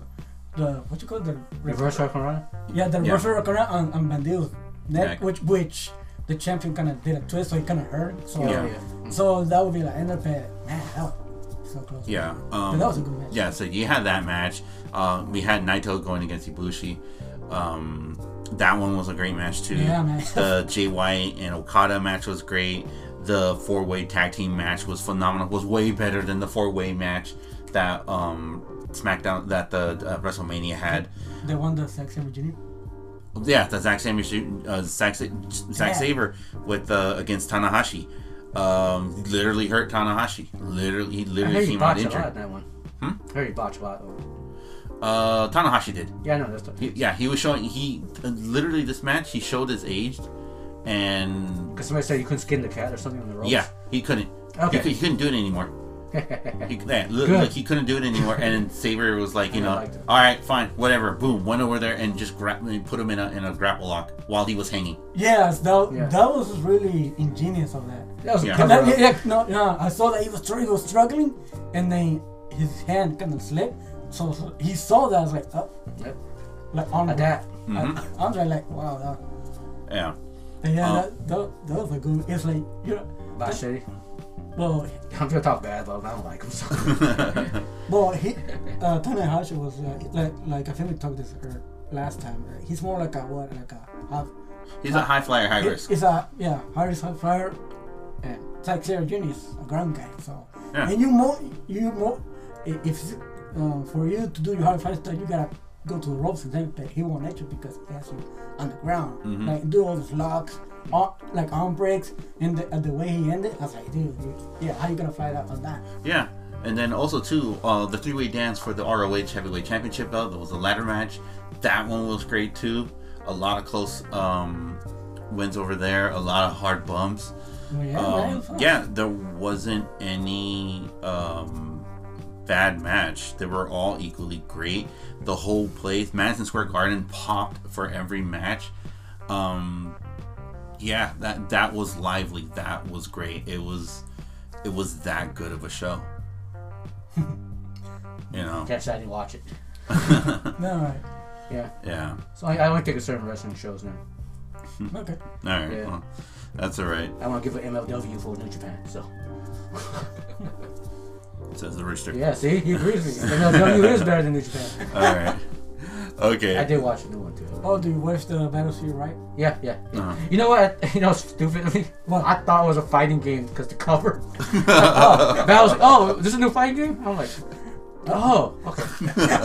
S3: the what you call it? the
S2: Reverse Hurricane
S3: yeah the
S1: Yeah.
S3: reverse hurricane on, on Bandito's neck,
S1: Neck.
S3: which which the champion kind of did a twist, so it kind of hurt. So
S1: Yeah. Mm.
S2: Yeah.
S3: so that would be like end up at man, that was so close.
S1: yeah.
S3: but
S1: Um,
S3: that was a good match.
S1: Yeah, so you had that match. Uh, we had Naito going against Ibushi. Um, that one was a great match too.
S3: Yeah, man.
S1: The Jay White and Okada match was great. the four way tag team match was phenomenal. Was way better than the four way match that um SmackDown that the uh, WrestleMania had.
S3: They won the Sexy Virginia.
S1: Yeah, the Zack Saber, uh, Zack, Sa- Zack
S3: Yeah.
S1: Saber with uh, against Tanahashi. Um, literally hurt Tanahashi. Literally, he
S2: I
S1: literally
S2: heard you
S1: came out
S2: botched a lot
S1: injured.
S2: in that one. Hmm? I heard you botched a lot.
S1: Uh, Tanahashi did.
S2: Yeah, I know that's the
S1: He- yeah, he was showing. He uh, literally this match he showed his age, and
S2: Because somebody said you couldn't skin the cat or something on the ropes.
S1: yeah, he couldn't. He,
S2: Okay.
S1: could, he couldn't do it anymore. He, yeah, look,
S2: Good.
S1: look, he couldn't do it anymore, and then Saber was like, you
S2: I
S1: know,
S2: liked it.
S1: all right, fine, whatever. Boom, went over there and just grabbed and put him in a in a grapple lock while he was hanging.
S3: Yes, that,
S2: Yeah.
S3: that was really ingenious of that.
S2: That was
S1: Yeah.
S2: a
S3: And
S2: cover
S3: then,
S2: up.
S3: yeah, yeah, no, no, I saw that he was, str- he was struggling, and then his hand kind of slipped. So, so he saw that. I was like, oh,
S2: Yep.
S3: like on
S2: Adapt.
S3: I, I was like, wow. That,
S1: Yeah,
S3: and yeah,
S1: Um,
S3: that, that, that was a good. It's like you know,
S2: Bashiri.
S3: well,
S2: I'm gonna talk bad about him. I don't like him. So.
S3: well, he, uh, Tanahashi was uh, like, like I think we talked this er, last time. right? He's more like a what, like a half.
S1: he's a high flyer, high risk.
S3: It's a yeah, Harris Hot Fire uh, and Zack Sabre Jr. is a ground guy. So
S1: Yeah.
S3: and you more you more if uh, for you to do your hard fire stuff, you gotta go to the ropes and then but he won't let you because he has you on the ground.
S1: Mm-hmm.
S3: Like do all those locks, arm, like arm breaks, and the, uh, the way he ended, I was like, dude, you- yeah, how you gonna fly that on that?
S1: Yeah, and then also too, uh, the three-way dance for the ROH Heavyweight Championship belt. There was a ladder match. That one was great too. A lot of close um, wins over there. A lot of hard bumps.
S3: Yeah,
S1: Um,
S3: man, fuck.
S1: yeah, there wasn't any um, bad match. They were all equally great. The whole place, Madison Square Garden, popped for every match. Um, yeah, that that was lively. That was great. It was it was that good of a show. you know,
S2: Catch that and watch it.
S3: No, right.
S2: Yeah.
S1: yeah.
S2: So I, I only take a certain wrestling shows now.
S1: Mm-hmm.
S3: okay.
S1: All right,
S2: Yeah.
S1: well, that's all right.
S2: I want to give an MLW for New Japan. So.
S1: Says the rooster.
S2: Yeah. See, he agrees with me. MLW is better than New Japan.
S1: All right. Okay.
S2: I did watch the new one too.
S3: Oh, do you watch the Battlefield, right?
S2: Yeah, yeah. yeah.
S1: Uh-huh.
S2: You know what? You know, stupidly,
S3: What?
S2: I thought it was a fighting game because the cover. oh, that was. Oh, this is a new fighting game. I'm like, oh, okay.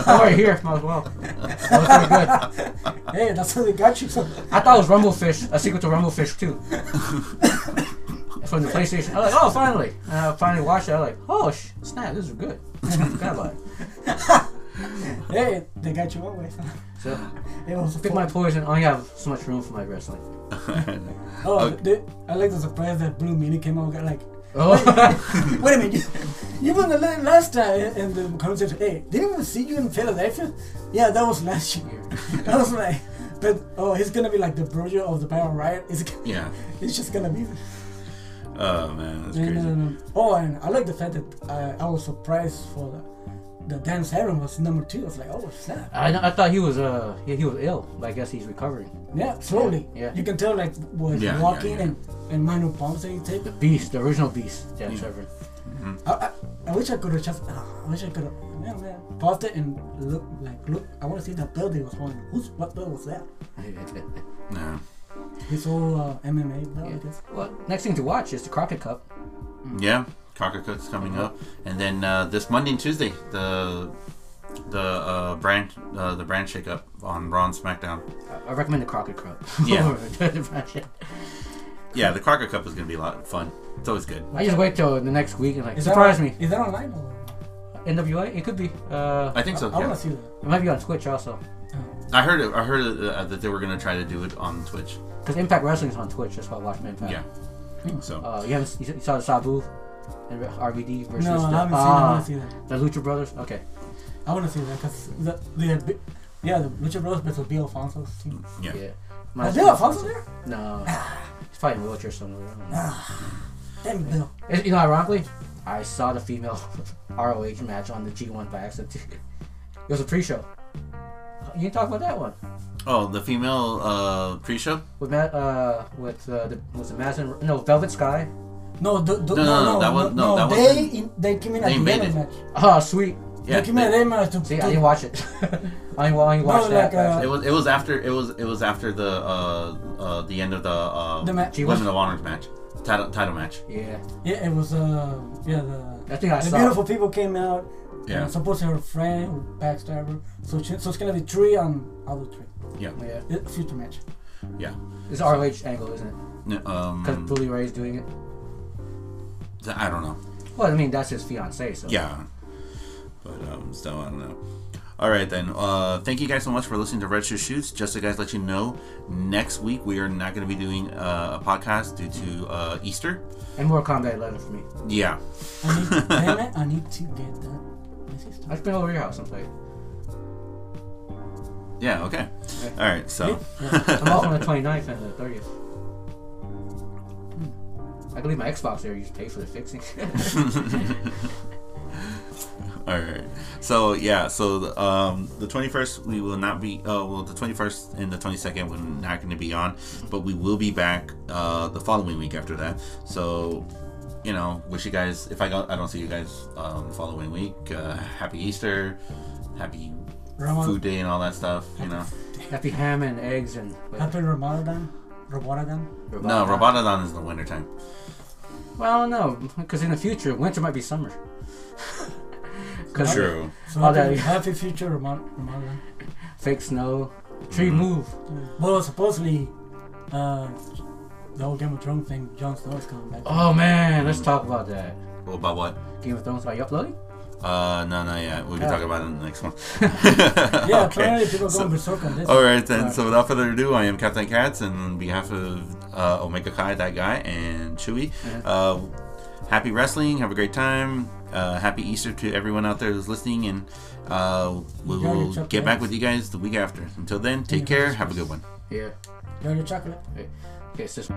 S2: oh, right here, might as well. That was pretty good.
S3: Hey, that's how they got you. So,
S2: I thought it was Rumblefish, a sequel to Rumblefish too, from the PlayStation. I was like, oh, finally. And I finally watched it. I was like, oh, sh- snap, this is good. I forgot about it.
S3: hey, they got you always.
S2: So,
S3: It was a
S2: pick my poison. I only have so much room for my wrestling.
S3: Oh,
S1: Okay.
S3: dude, I like the surprise that Blue Mini came out. got Like,
S2: Oh,
S1: Hmm.
S3: wait a minute, you, you won the la- last time, and the conversation. Hey, didn't we see you in Philadelphia? Yeah, that was last year. I was like, but oh, he's gonna be like the version of the Battle Riot. It's, g-
S1: yeah.
S3: it's just gonna be.
S1: Oh man, that's
S3: And,
S1: crazy.
S3: um, oh, and I like the fact that uh, I was surprised for the, the dance Aaron was number two. I was like, oh snap!
S2: I, I thought he was uh he, he was ill, but I guess he's recovering.
S3: Yeah, slowly.
S2: Yeah.
S3: You can tell like with
S1: Yeah, yeah,
S3: walking
S1: yeah.
S3: and and minor bumps that he take.
S2: Beast, the original Beast, Dan Severn.
S3: I, I, I wish I could have just. ah, I wish I could have. Man, man. Paused it and look like look. I want to see that belt he was holding. Who's what belt was that?
S1: Yeah.
S3: His whole uh, MMA belt, I guess.
S2: well, next thing to watch is the Crockett Cup.
S1: Yeah, Cocker Cook's coming up, and then uh, this Monday and Tuesday, the the uh, brand uh, the brand shakeup on Raw and SmackDown.
S2: I, I recommend the Crockett Cup.
S1: Yeah.
S2: I
S1: Yeah, the Cocker Cup is gonna be a lot of fun. It's always good.
S2: just wait till the next week and like
S3: Is that
S2: surprise
S3: on-
S2: me.
S3: Is that online or?
S2: NWA, it could be. Uh,
S1: I think so.
S3: I
S1: yeah.
S3: want to see that.
S2: it might be on Twitch also,
S1: I heard it, I heard uh, that they were gonna try to do it on Twitch.
S2: because Impact Wrestling's on Twitch. That's why I watch Impact.
S1: Yeah. So
S2: Uh, you haven't you, saw the Sabu and RVD versus
S3: No,
S2: the,
S3: I haven't
S2: ah,
S3: seen. it. I want to see that.
S2: the Lucha Brothers. Okay.
S3: I want to see that because the the bi- yeah the Lucha Bros versus Bill Alfonso. team.
S1: yeah.
S2: Yeah.
S3: Is Bill Alfonso there?
S2: No. He's probably in a wheelchair somewhere. I don't know.
S3: Damn Bill.
S2: It- you know, ironically, I saw the female ROH match on the G1 by accident. it was a pre-show. You can talk about that one
S1: Oh, the female uh, pre-show.
S2: with Matt, uh, with uh, the was it Madison? No, Velvet Sky.
S3: No, the, the,
S1: No, no, no, that was- no, that
S3: they
S1: wasn't-
S3: in, they came in
S1: they
S3: at the end
S1: invaded.
S3: of match.
S2: Oh, sweet.
S1: Yeah.
S3: they came in at the
S1: It,
S3: end of match to,
S2: See,
S3: to
S2: I didn't watch it. I only, I only watched
S3: like,
S2: that. match.
S1: it was it was after it was it was after the uh, uh, the end of the uh,
S3: The match.
S1: Women of Honor match. title title match.
S2: Yeah,
S3: Yeah, it was uh yeah the
S2: I think I
S3: uh, the
S2: saw.
S3: beautiful people came out.
S1: Yeah.
S3: and Supposedly her friend or backstabber. So she, so it's gonna be three on other three.
S1: Yeah,
S2: Yeah,
S3: Yeah, Future match.
S1: yeah.
S2: it's an ROH angle, isn't it?
S1: N-
S2: Because
S1: Um,
S2: Bully Ray's doing it.
S1: th- I don't know.
S2: Well, I mean that's his fiance, so
S1: Yeah, but um, still, I don't know. All right then. Uh, thank you guys so much for listening to Red Shoe Shoots. Just to guys let you know, next week we are not going to be doing uh, a podcast due to uh, Easter.
S2: And more Kombat 11 for me.
S1: Yeah,
S3: I need, damn it, I need to get that. My sister.
S2: I've been over your house and played.
S1: yeah. Okay. All right. So.
S2: I'm off on the 29th and the 30th. Hmm. I believe my Xbox there. You should pay for the fixing.
S1: All right. So yeah. So the, um, the twenty first we will not be. Uh, well, the twenty first and the twenty second we're not going to be on, but we will be back uh, the following week after that. So you know, wish you guys. If I don't, I don't see you guys um, following week. Uh, happy Easter, happy
S3: Ramadan.
S1: food day and all that stuff. You know.
S2: Happy ham and eggs and.
S3: Happy Ramadan. Ramadan.
S1: No, Ramadan is the winter time.
S2: Well, no, because in the future, winter might be summer. 'Cause
S1: True.
S3: So
S2: Oh, there
S3: happy,
S2: you go.
S3: happy future Rama- Ramadan.
S2: Fake snow, tree
S1: Mm-hmm.
S2: move.
S3: Well, supposedly, uh, the whole Game of Thrones thing, Jon Snow is coming back.
S2: Oh man, let's talk about that.
S1: Well, about what?
S2: Game of Thrones. Are you uploading?
S1: Uh, no, no, yeah. We'll be
S2: Yeah.
S1: talking about it in the next one.
S3: Yeah,
S1: Okay.
S3: apparently people are
S1: So-
S3: going berserk on this.
S1: All right, then. So without further ado, I am Captain Katz, and on behalf of uh, Omega Kai, that guy, and Chewy, uh, happy wrestling. Have a great time. Uh, happy Easter to everyone out there who's listening, and uh, we
S3: Enjoy your
S1: will
S3: chocolate.
S1: get back with you guys the week after. Until then, take
S3: your
S1: care.
S3: Christmas.
S1: Have a good one.
S2: Yeah.
S3: You're the chocolate.
S2: Okay, so